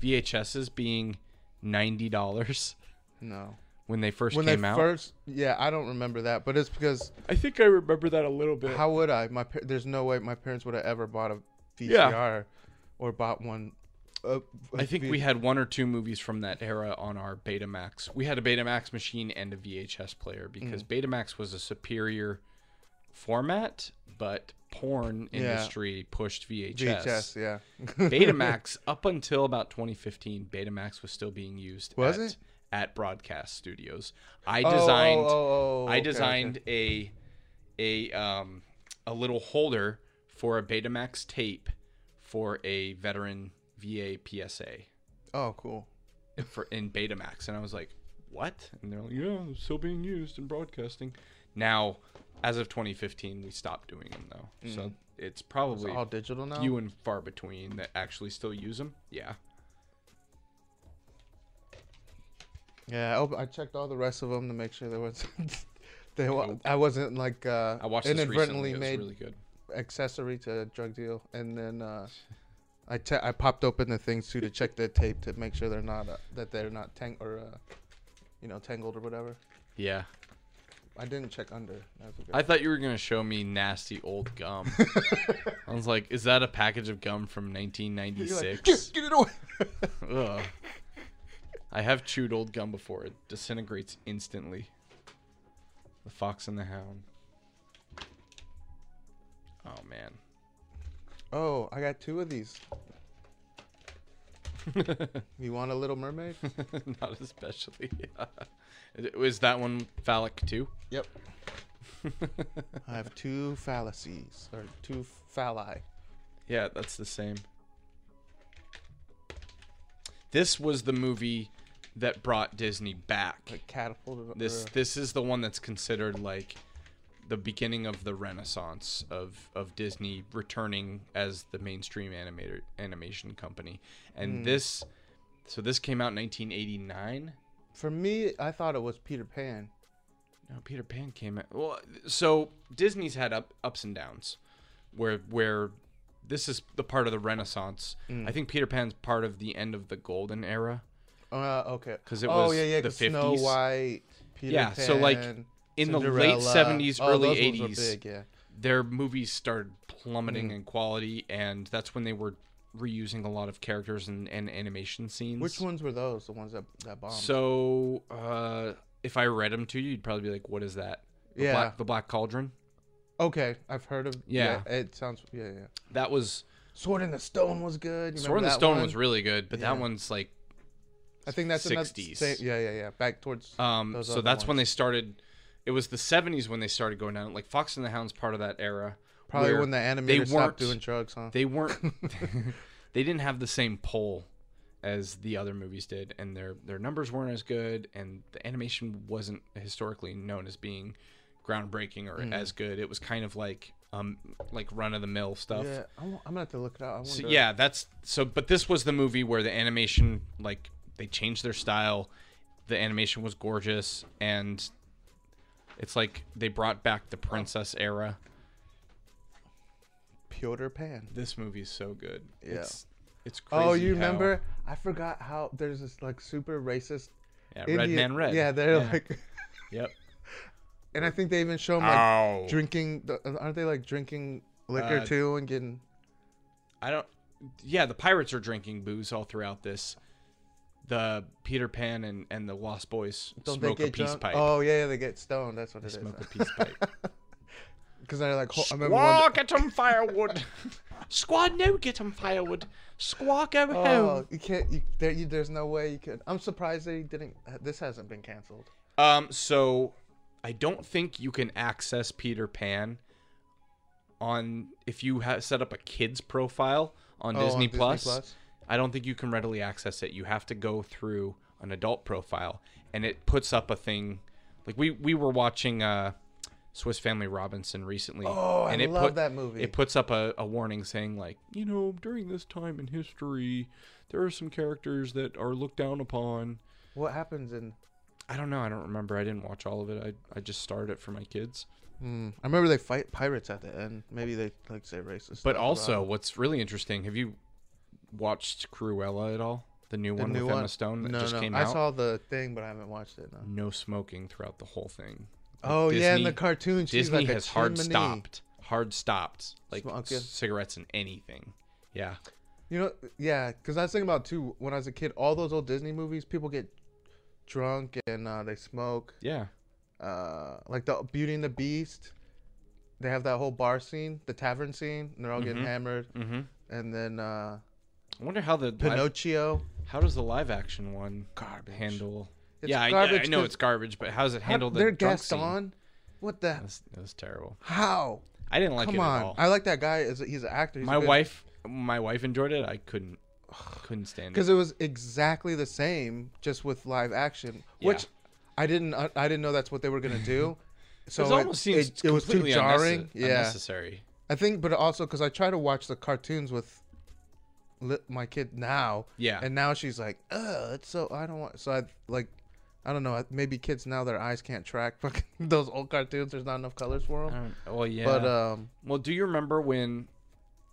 VHSs being $90
No.
when they first
When
came
they
out?
first, yeah, I don't remember that, but it's because
I think I remember that a little bit.
how would I? My par- there's no way my parents would have ever bought a VCR or bought one. Uh,
I think we had one or two movies from that era on our Betamax. We had a Betamax machine and a VHS player because
Mm.
Betamax was a superior format, but porn industry pushed VHS.
VHS.
*laughs*
Yeah. *laughs*
Betamax up until about 2015, Betamax was still being used
Was
at,
it?
at broadcast studios. I
Oh,
designed
oh, oh, oh, okay,
I
okay.
designed a a um a little holder for a Betamax tape for a veteran VA PSA
Oh, cool.
for in Betamax, and I was like, "What?" And they're like, "Yeah, it's still being used in broadcasting." Now, as of 2015, we stopped doing them though,
Hmm.
so it's probably
All digital now.
few and far between that actually still use them. Yeah,
yeah. I, op- I checked all the rest of them to make sure there was. *laughs* They wa- I wasn't like uh,
I watched this
inadvertently
recently. It was
made
really good.
accessory to a drug deal, and then uh, I te- I popped open the things too to check the tape to make sure they're not uh, that they're not tang or uh, you know tangled or whatever.
Yeah.
I didn't check under. That's okay.
I thought you were gonna show me nasty
*laughs*
old gum. I was like, is that a package of gum from
You're like,
1996?
get, get it
*laughs*
away.
Ugh. I have chewed old gum before. It disintegrates instantly. The Fox and the Hound. Oh man. *laughs*
oh, I got two of these. You want a Little
*laughs*
Mermaid?
Not especially. *laughs* Is that one phallic too? *laughs*
yep. I have two fallacies or two phalli.
Yeah, that's the same. This was the movie that brought Disney back.
Like catapulted.
this
or-
this is the one that's considered like the beginning of the renaissance of of Disney returning as the mainstream animator animation company. And this so this came out in 1989.
for me, I thought it was Peter Pan.
No, Peter Pan came out. Well, so Disney's had up ups and downs, where where this is the part of the Renaissance. I think Peter Pan's part of the end of the Golden Era.
Uh, okay.
'Cause it
oh,
was
yeah, yeah,
the
'cause Snow
50s.
White, Peter
Yeah,
Pan,
so, like, in the late
Cinderella.
70s,
Oh,
early
those ones were
80s.
big, yeah.
Their movies started plummeting
Mm.
in quality, and that's when they were reusing a lot of characters and, and animation scenes.
Which Um, ones were those? The ones that that bombed?
So, uh, if I read them to you, you'd probably be like, "What is that?" The
Yeah.
Black, the Black Cauldron.
okay, I've heard of.
Yeah.
it sounds. Yeah, yeah.
That was
Sword in the Stone was good. You
Sword in
remember
the
that
Stone
one?
was really good, but that
Yeah.
one's like
I think that's another
60s.
sa- yeah, yeah, yeah. Back towards.
Um,
those
so
other
that's when
ones.
they started. It was the '70s when they started going down. Like Fox and the Hound's part of that era.
probably
where
when the
they
animators
weren't
stopped doing drugs, huh?
They weren't. *laughs* they didn't have the same pull as the other movies did, and their their numbers weren't as good, and the animation wasn't historically known as being groundbreaking or
Hmm.
as good. It was kind of like um like run of the mill stuff.
yeah, I am gonna have to look it up. I
So,
wonder-
yeah, that's so. But this was the movie where the animation, like, they changed their style. The animation was gorgeous, and it's like they brought back the princess era.
Peter Pan.
This movie's so good.
Yeah.
It's, it's crazy.
Oh, you
how-
remember? I forgot how there's this like super racist.
Yeah, Red
Indian-
Man Red.
Yeah, they're like,
Yep.
and I think they even show them *laughs* like
Ow.
drinking the- aren't they like drinking liquor
Oh. Uh,
too and getting
I don't. Yeah, the pirates are drinking booze all throughout this. The Peter Pan and, and the Lost Boys
don't
smoke
they
a
get
peace
drunk?
pipe.
oh yeah, yeah they get stoned that's what it is *laughs*
smoke a peace pipe.
because they're like ho- I remember
Squaw,
one,
get
*laughs*
'em *laughs* firewood. Squaw, no, get 'em firewood. Squaw, go
oh you can't you, there, you there's no way you could I'm surprised they didn't this hasn't been canceled
home. Um, so I don't think you can access Peter Pan on if you ha- set up a kids profile on,
Oh, on
Disney,
Disney
Plus,
Plus?
I don't think you can readily access it. You have to go through an adult profile, and it puts up a thing. Like we we were watching uh, Swiss Family Robinson recently.
Oh, I
and it
love
put-
that movie.
It puts up a, a warning saying like, you know, during this time in history, there are some characters that are looked down upon.
what happens in
I don't know. I don't remember. I didn't watch all of it. I I just started it for my kids.
I remember they fight pirates at the end maybe they like say racist
But
stuff
also,
about
what's really interesting? Have you watched Cruella at all? The new
the
one
new
with
one
Emma Stone that
no
just
no
came
I
out.
saw the thing but I haven't watched it no.
no smoking throughout the whole thing.
oh yeah in the
Disney-
cartoon she's
Disney
like a
has hard
chimney.
stopped, hard stopped, like
Smoking.
c- cigarettes and anything. Yeah,
You know, yeah, because I was thinking about too when I was a kid. All those old Disney movies, people get drunk and uh, they smoke.
yeah,
Uh, like the Beauty and the Beast, they have that whole bar scene, the tavern scene, and they're all getting hammered.
Mhm.
And then uh,
I wonder how the live-
Pinocchio,
how does the live action one
Garbage.
handle?
It's
yeah, I- I, I
garbage
know
'cause-
it's garbage, but how does it
How-
handle the
they're
drunk scene?
Gaston. What the?
That was, that was terrible.
How?
I didn't like
Come
it
on!
at all.
I like that guy. Is he's an actor? He's
my wife, my wife enjoyed it. I couldn't, couldn't stand it.
because it was exactly the same, just with live action, which
Yeah.
I didn't. uh, I, I didn't know that's what they were gonna
*laughs*
do. So
it
it,
almost seems
it, it was too
completely unnecess-
jarring. Yeah,
unnecessary.
I think, but also because I try to watch the cartoons with li- my kid now.
Yeah.
and now she's like, "Ugh, it's so I don't want." So I like, I don't know. I- Maybe kids now their eyes can't track *laughs* fucking those old cartoons. There's not enough colors for
I
them.
don't, Uh, well, yeah.
But um,
well, do you remember when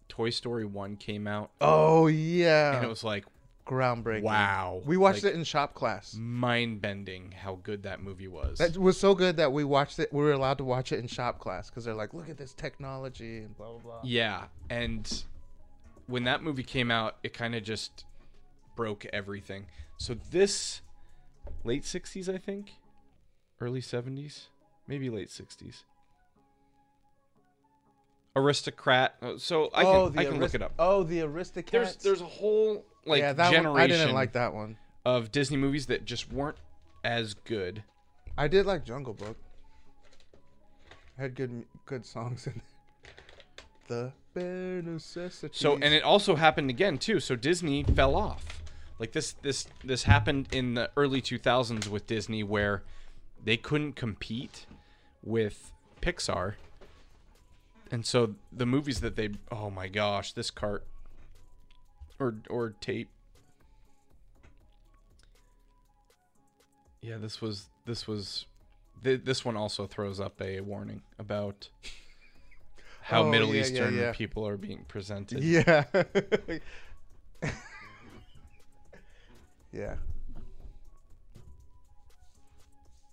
Toy Story One came out,
Oh yeah,
and it was like
groundbreaking.
wow.
we watched
Like,
it in shop class.
Mind bending how good that movie was.
That was so good that we watched it. We were allowed to watch it in shop class because they're like, look at this technology and blah blah blah.
yeah, and when that movie came out, it kind of just broke everything. So this late '60s, I think, early '70s, maybe late '60s. Aristocrat. uh, So I can I can look
Arist-
it up.
Oh, the Aristocats.
there's there's a whole like
yeah, that
generation
one, I didn't like that one.
of Disney movies that just weren't as good.
I did like Jungle Book. Had good m- good songs in there. The bare necessities.
So and it also happened again too. So Disney fell off. Like this this this happened in the early 2000s with Disney where they couldn't compete with Pixar. And so the movies that they oh my gosh, this cart or or tape Yeah, this was this was th- this one also throws up a warning about how
Oh,
Middle
yeah, yeah,
Eastern
yeah.
people are being presented.
yeah. *laughs* yeah.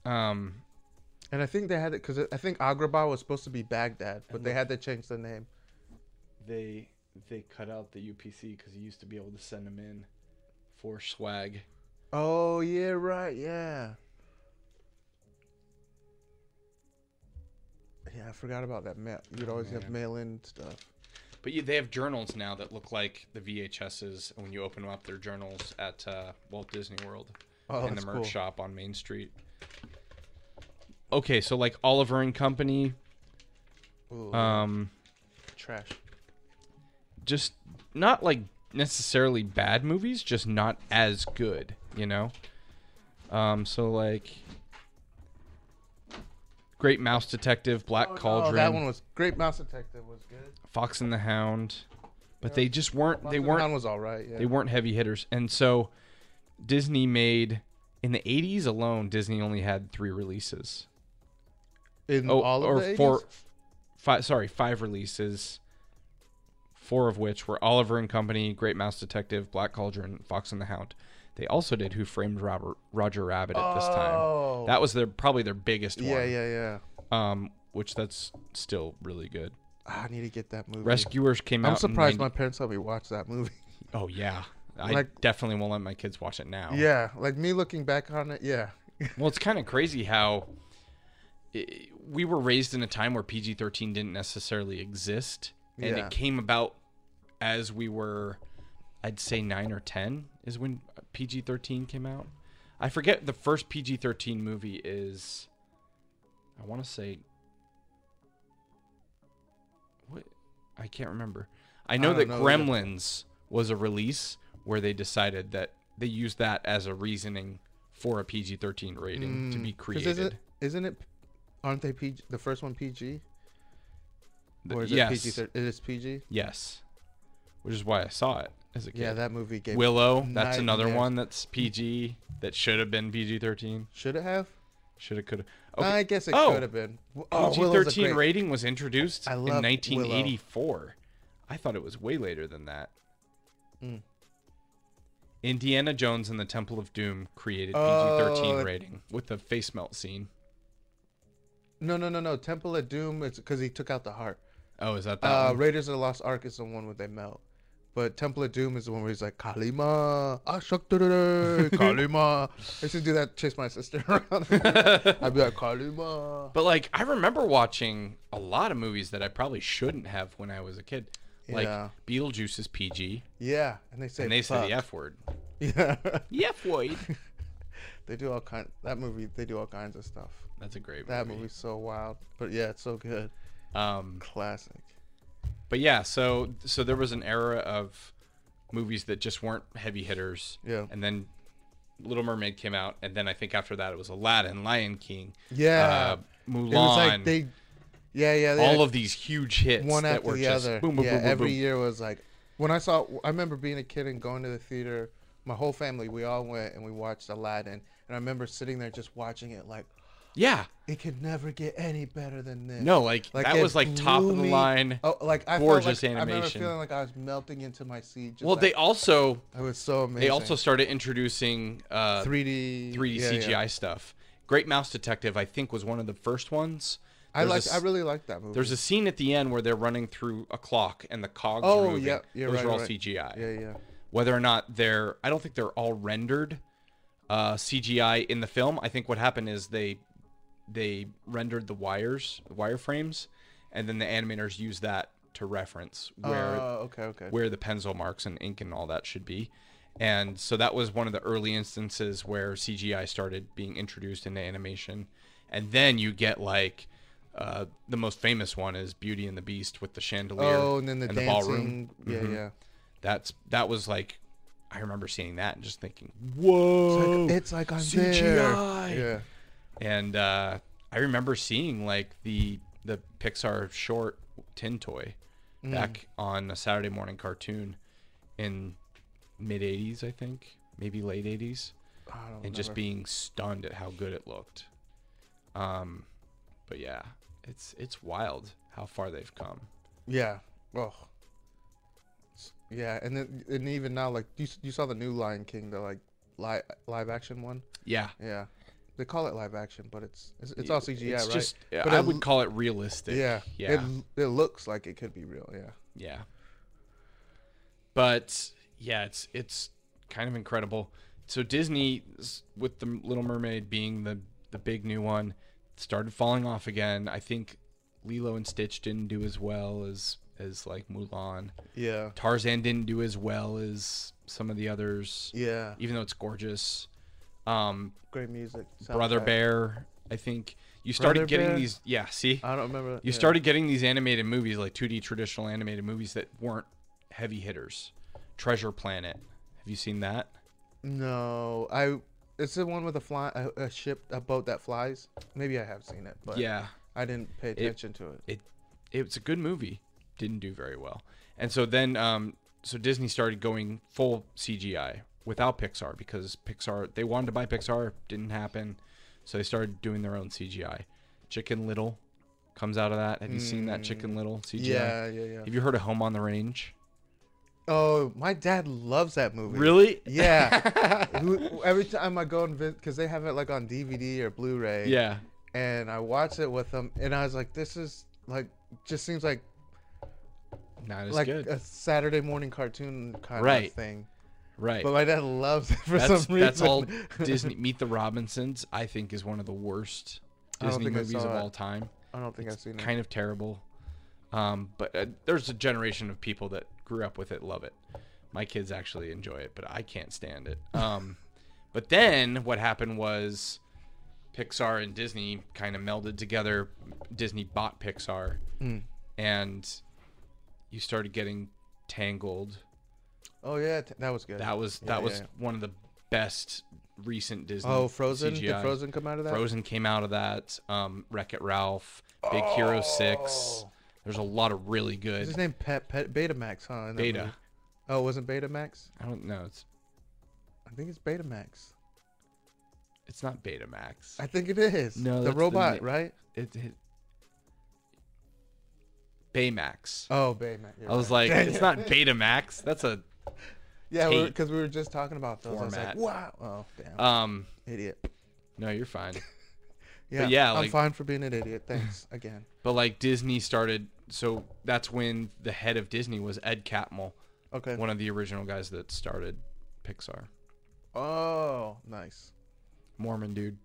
Um,
And I think they had it because I think Agrabah was supposed to be Baghdad, but
And
they
the-
had to change the name.
they they cut out the UPC because you used to be able to send them in for swag.
Oh yeah, right, yeah. Yeah, I forgot about that mail. You'd always have mail in stuff.
But you, they have journals now that look like the VHSs and when you open them up. They're journals at uh, Walt Disney World
Oh,
in the
that's
merch
cool.
shop on Main Street. Okay, so like Oliver and Company,
Ooh,
um,
trash.
just not like necessarily bad movies, just not as good, you know. Um, so like Great Mouse Detective, Black
Oh,
Cauldron,
that one was Great Mouse Detective was good.
Fox and the Hound, but they just weren't
Mouse
they
and the
weren't
Hound was all right. Yeah.
they weren't heavy hitters, and so Disney made in the '80s alone. Disney only had three releases.
in
Oh,
all of
or
the
four,
80s?
five. Sorry, five releases. Four of which were Oliver and Company, Great Mouse Detective, Black Cauldron, Fox and the Hound. They also did Who Framed Robert, Roger Rabbit at this
Oh.
time. That was their probably their biggest
Yeah,
one.
yeah, yeah.
Um, which that's still really good.
Ah, I need to get that movie.
Rescuers came out.
I'm
in
surprised
90
my parents let me watch that movie.
Oh yeah. I
Like-
definitely won't let my kids watch it now.
*laughs* yeah, like me looking back on it. Yeah.
Well, it's kind of crazy how i we were raised in a time where PG-13 didn't necessarily exist and
Yeah.
it came about as we were I'd say 9 or 10 is when PG-13 came out. I forget the first PG-13 movie is I want to say what I can't remember. I know
don't
that
know either.
Gremlins was a release where they decided that they used that as a reasoning for a PG-13 rating to be
Mm, 'Cause Isn't,
created.
isn't it? Aren't they PG? The first one PG,
The-
or is
yes,
it PG? It is PG.
yes, which is why I saw it as a kid.
Yeah, that movie gave.
Willow, that's another
nightmares.
one that's PG that should have been PG-13.
Should it have?
Should have, could have.
I guess it
Oh.
could have been. W- Oh, Willow's a
PG-13
great-
rating was introduced
I
in
love Willow.
1984. I thought it was way later than that.
Mm.
Indiana Jones and the Temple of Doom created
Oh,
PG-13
it-
rating with the face melt scene.
No, no, no, no. Temple of Doom. It's because he took out the heart.
Oh, is that that?
Uh,
one?
Raiders of the Lost Ark is the one where they melt. But Temple of Doom is the one where he's like, Kalima,
*laughs*
Ashakdere, Kalima. I used to do that, chase my sister *laughs* around. I'd be like, Kalima.
But like, I remember watching a lot of movies that I probably shouldn't have when I was a kid. Like
Yeah.
Beetlejuice is PG,
Yeah. And they say,
and they say the
fuck.
F word.
*laughs* Yeah.
The
*laughs*
F word.
they do all kind. That movie, they do all kinds of stuff.
That's a great
That
movie.
movie's so wild. But yeah, it's so good.
Um,
Classic.
but yeah, so so there was an era of movies that just weren't heavy hitters.
Yeah.
And then Little Mermaid came out, and then I think after that it was Aladdin, Lion King,
Yeah.
uh, Mulan.
it was like they. Yeah, yeah. They
all
had-
of these huge hits
one
that
after
were
the
just
other.
boom, boom,
yeah,
boom, boom,
every
boom.
year was like when I saw. I remember being a kid and going to the theater. My whole family, we all went and we watched Aladdin. And I remember sitting there just watching it, like,
Yeah.
It could never get any better than this.
No, like, that
it
was like top of
blew
the
me-
line.
Oh, like I
gorgeous
felt like, I remember
animation.
feeling like I was melting into my seat. Just
well,
like,
they also
It was so amazing.
they also started introducing uh,
3D
3D
yeah, yeah.
CGI stuff. Great Mouse Detective, I think, was one of the first ones.
I
There's a
like. I
s-
really like that movie.
There's a scene at the end where they're running through a clock and the cogs.
Oh,
are moving.
yeah, yeah,
Those
right,
are all
right.
CGI.
yeah, yeah.
Whether or not they're, I don't think they're all rendered uh, CGI in the film. I think what happened is they they rendered the wires, wireframes, and then the animators used that to reference where
Oh, okay, okay.
where the pencil marks and ink and all that should be. And so that was one of the early instances where CGI started being introduced into animation. And then you get like uh, the most famous one is Beauty and the Beast with the chandelier
oh, and then the dancing. yeah, yeah.
That's that was like I remember seeing that and just thinking, "Whoa!"
It's like I'm
CGI.
there. Yeah.
and uh, I remember seeing like the the Pixar short Tin Toy
Hmm.
back on a Saturday morning cartoon in mid '80s, I think, maybe late '80s,
I don't
and just
remember.
being stunned at how good it looked. Um, but yeah, it's it's wild how far they've come.
Yeah. Oh. S- Yeah, and then and even now, like you, s- you saw the new Lion King, the like live live action one.
Yeah,
Yeah, they call it live action, but it's it's, it's
It-
all CGI,
it's
right?
Just,
But
I
it
would
l-
call it realistic.
yeah,
yeah.
It, l- it looks like it could be real. Yeah.
Yeah. But yeah, it's it's kind of incredible. So Disney s- with the Little Mermaid being the the big new one started falling off again. I think Lilo and Stitch didn't do as well as as like Mulan.
Yeah.
Tarzan didn't do as well as some of the others
Yeah.
even though it's gorgeous. Um
Great music.
Brother
soundtrack.
Bear, I think you started
Brother
getting
Bear? Uh,
these yeah, see?
I don't remember.
You
yeah.
started getting these animated movies, like 2D traditional animated movies that weren't heavy hitters. Treasure Planet. Have you seen that?
No, I. It's the one with a fly, a, a ship, a boat that flies. Maybe I have seen it, but
Yeah.
I didn't pay attention to it.
It it's a good movie. Didn't do very well. And so then um so Disney started going full CGI without Pixar because Pixar they wanted to buy Pixar, didn't happen. So they started doing their own CGI. Chicken Little comes out of that. Have you seen that Chicken Little CGI?
Yeah, yeah, yeah.
Have you heard of Home on the Range?
Oh, my dad loves that movie.
Really? *laughs*
Yeah. Who- Every time I go and visit, because they have it like on DVD or Blu-ray.
Yeah.
And I watch it with them, and I was like, this is like, just seems like
Not as
like uh,
good.
a Saturday morning cartoon kind
Right.
of thing.
right.
But my dad loves it for
that's,
some reason. *laughs*
that's all Disney. Meet the Robinsons, I think, is one of the worst
I don't
Disney
think I
movies of
saw it.
all time.
I don't think I've seen it.
Kind of terrible. Um, but uh, there's a generation of people that grew up with it, love it. My kids actually enjoy it, but I can't
*laughs*
stand it. Um, but then what happened was Pixar and Disney kind of melded together. Disney bought Pixar,
Hmm.
and you started getting Tangled.
Oh yeah, t- that was good.
That was
Yeah,
that
yeah,
was
yeah.
one of the best recent Disney.
Oh, Frozen. Did
CGI.
Frozen come out of that?
Frozen came out of that. Um, Wreck It Ralph, Big Hero Six. There's a lot of really
Oh! Is his
good
name Pet Pet Betamax? Huh? in that
Beta.
movie? Oh, it wasn't Betamax?
I don't know. It's
I think it's Betamax.
it's not Betamax.
I think it is.
No,
the
that's the
robot,
na-
right?
It, it Baymax.
Oh, Baymax. you're
I was
right.
like,
*laughs*
it's not Betamax. That's a
yeah,
Tate
because we were just talking about those.
format.
I was like, wow. Oh, damn,
um.
idiot.
No, you're fine.
Yeah,
yeah,
I'm
like-
fine for being an idiot.
*laughs*
Thanks again.
But like Disney started, so that's when the head of Disney was Ed Catmull,
Okay.
one of the original guys that started Pixar.
Oh, nice.
Mormon dude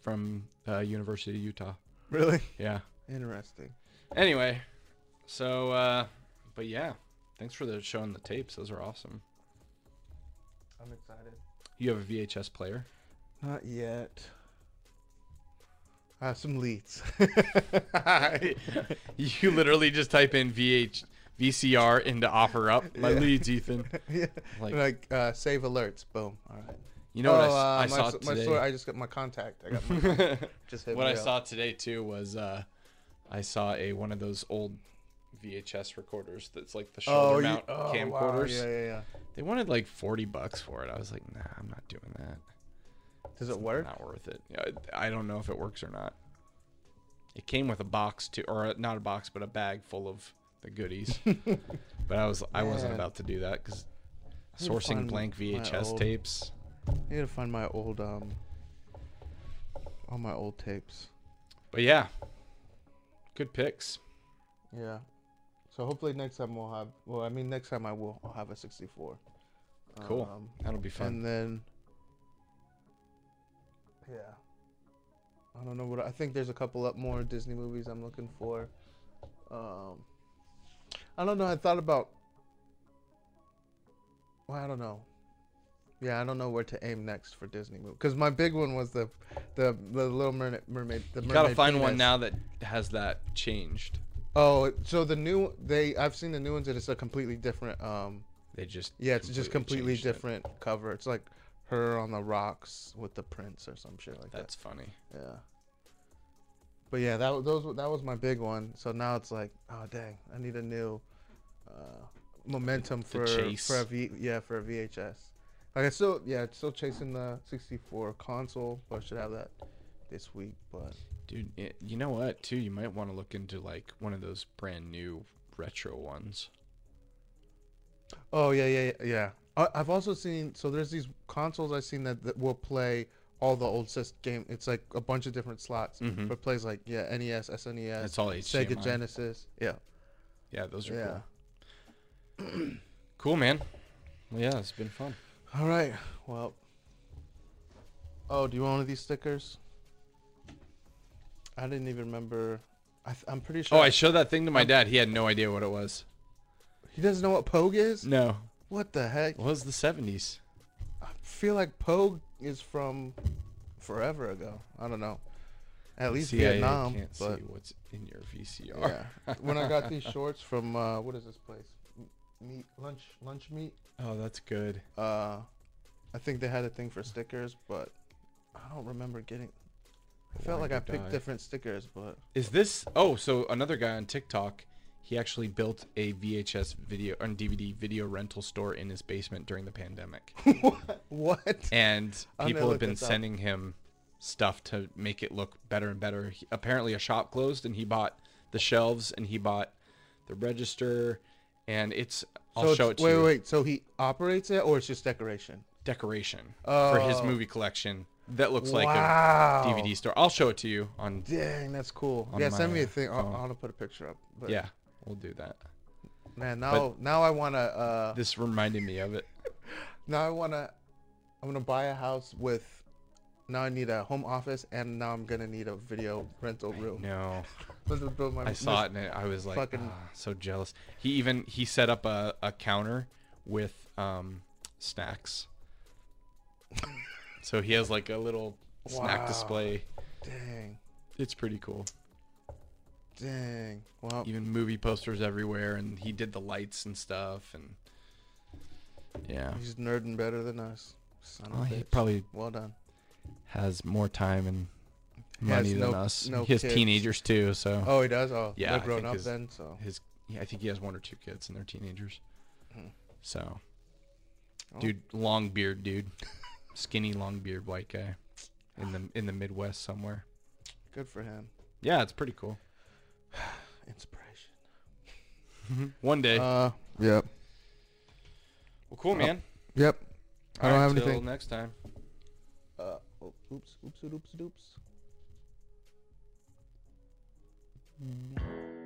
from uh, University of Utah.
Really
Yeah.
interesting.
Anyway, so uh, but yeah, thanks for the showing the tapes. Those are awesome.
I'm excited.
You have a
*laughs*
VHS player. *laughs*
Not yet. I have some leads. *laughs*
you literally just type in VH VCR into OfferUp. My
Yeah. *laughs*
leads, Ethan.
yeah.
Like-
Like, uh, save alerts. Boom. All right.
You know what I s-
Oh,
I,
uh, my,
saw
s- my
today?
story- I just got my contact. I got my,
*laughs*
just hit
what
me
I
up.
saw today too was uh, I saw a one of those old VHS recorders that's like the shoulder
you-
mount
oh, wow,
camcorders.
Yeah, yeah, yeah.
They wanted like forty bucks for it. I was like, nah, I'm not doing that.
Does it work?
Not worth it. Yeah, I I don't know if it works or not. It came with a box too, or not a box, but a bag full of
*laughs*
the goodies. but I was I wasn't
Man.
about to do that because
need to
sourcing
find
blank
my
VHS
old-
tapes.
I need to find my old um all my old tapes.
But yeah, good picks.
Yeah. So hopefully next time we'll have well, I mean next time I will I'll have a Um, sixty four.
Cool. That'll be fun.
And then Yeah. I don't know what I think there's a couple up more Disney movies I'm looking for. Um I don't know, I thought about Well, I don't know. Yeah, I don't know where to aim next for Disney movie because my big one was the, the the Little Mermaid. mermaid the
You gotta
mermaid
find one
penis.
now that has that changed.
Oh, it- so the new they I've seen the new ones and it's a completely different. Um,
They just
yeah, it's just completely
changed it.
different cover. It's like her on the rocks with the prince or some shit like
That's funny.
that. Yeah. But yeah, that wa- those were- that was my big one. So now it's like, oh dang, I need a new uh, momentum for
chase.
for a v, yeah for a VHS. Like I still yeah it's still chasing the 64 console, but I should have that this week. But
Dude, y- you know what? Too, you might want to look into like one of those brand new retro ones.
Oh yeah, yeah, yeah, yeah. I, I've also seen so there's these consoles I've seen that, that will play all the old sys game. It's like a bunch of different slots, but it plays like yeah E NES, SNES,
Mm-hmm. It's all
Sega
HDMI.
Genesis. Yeah,
Yeah, those are
yeah.
cool. Cool, man. Well, yeah, it's been fun.
All right. Well. Oh, do you want one of these stickers? I didn't even remember. I th- I'm pretty sure.
Oh, I showed that thing to my dad. He had no idea what it was.
he doesn't know what Pogue is.
No,
What the heck?
it was the '70s.
I feel like Pogue is from forever ago. I don't know. At least
CIA
Vietnam,
can't
but
see what's in your VCR.
Yeah. *laughs* when I got these shorts from uh, what is this place? M- Meat lunch lunch meat.
Oh, that's good.
Uh, I think they had a thing for stickers, but I don't remember getting. I felt
Why
like I
did
picked
I?
different stickers, but *laughs*
Is this? Oh, so another guy on TikTok. He actually built a VHS video and DVD video rental store in his basement during the pandemic.
what?
and
I'm gonna
people have
look
been
this up.
sending him stuff to make it look better and better. He, apparently, a shop closed, and he bought the shelves and he bought the register, and it's. I'll
so
show it
it's-
to
wait,
you.
wait. So he operates it, or it's just decoration?
Decoration for his
Oh.
movie collection that looks like a
wow.
DVD store. I'll show it to you on.
Dang, that's cool.
On
Yeah, send me
my
a thing. I'll,
phone.
I'll put a picture up. But
Yeah, we'll do that.
man, now now I wanna uh,
This reminded me of it.
now I wanna I'm gonna buy a house with. Now I need a home office, and now I'm gonna need a video rental room.
No,
Let's just build my.
I saw it and I was like,
fucking-
"Ah, so jealous. He even he set up a, a counter with um snacks. so he has like a little snack
Wow.
display.
Dang,
It's pretty cool.
dang. Well,
Even movie posters everywhere, and he did the lights and stuff, and yeah,
he's nerding better than us. Son of a
Well, he
bitch.
probably
Well done.
has more time and
He has
money than
no-
us.
no
he has
kids.
teenagers too, so
Oh, he does. Oh,
Yeah,
They're
I
grown
think
up
his-
then, so
his yeah, I think he has one or two kids and they're teenagers.
Hmm.
So,
Oh.
dude, long beard, dude, skinny long beard, white guy, in the in the Midwest somewhere.
good for him.
Yeah, it's pretty cool.
Inspiration.
One day,
Uh, yep,
well, cool, man.
yep. I don't
Alright,
have
till
anything.
Next time.
Uh, oh, oops, oops, oops, oops.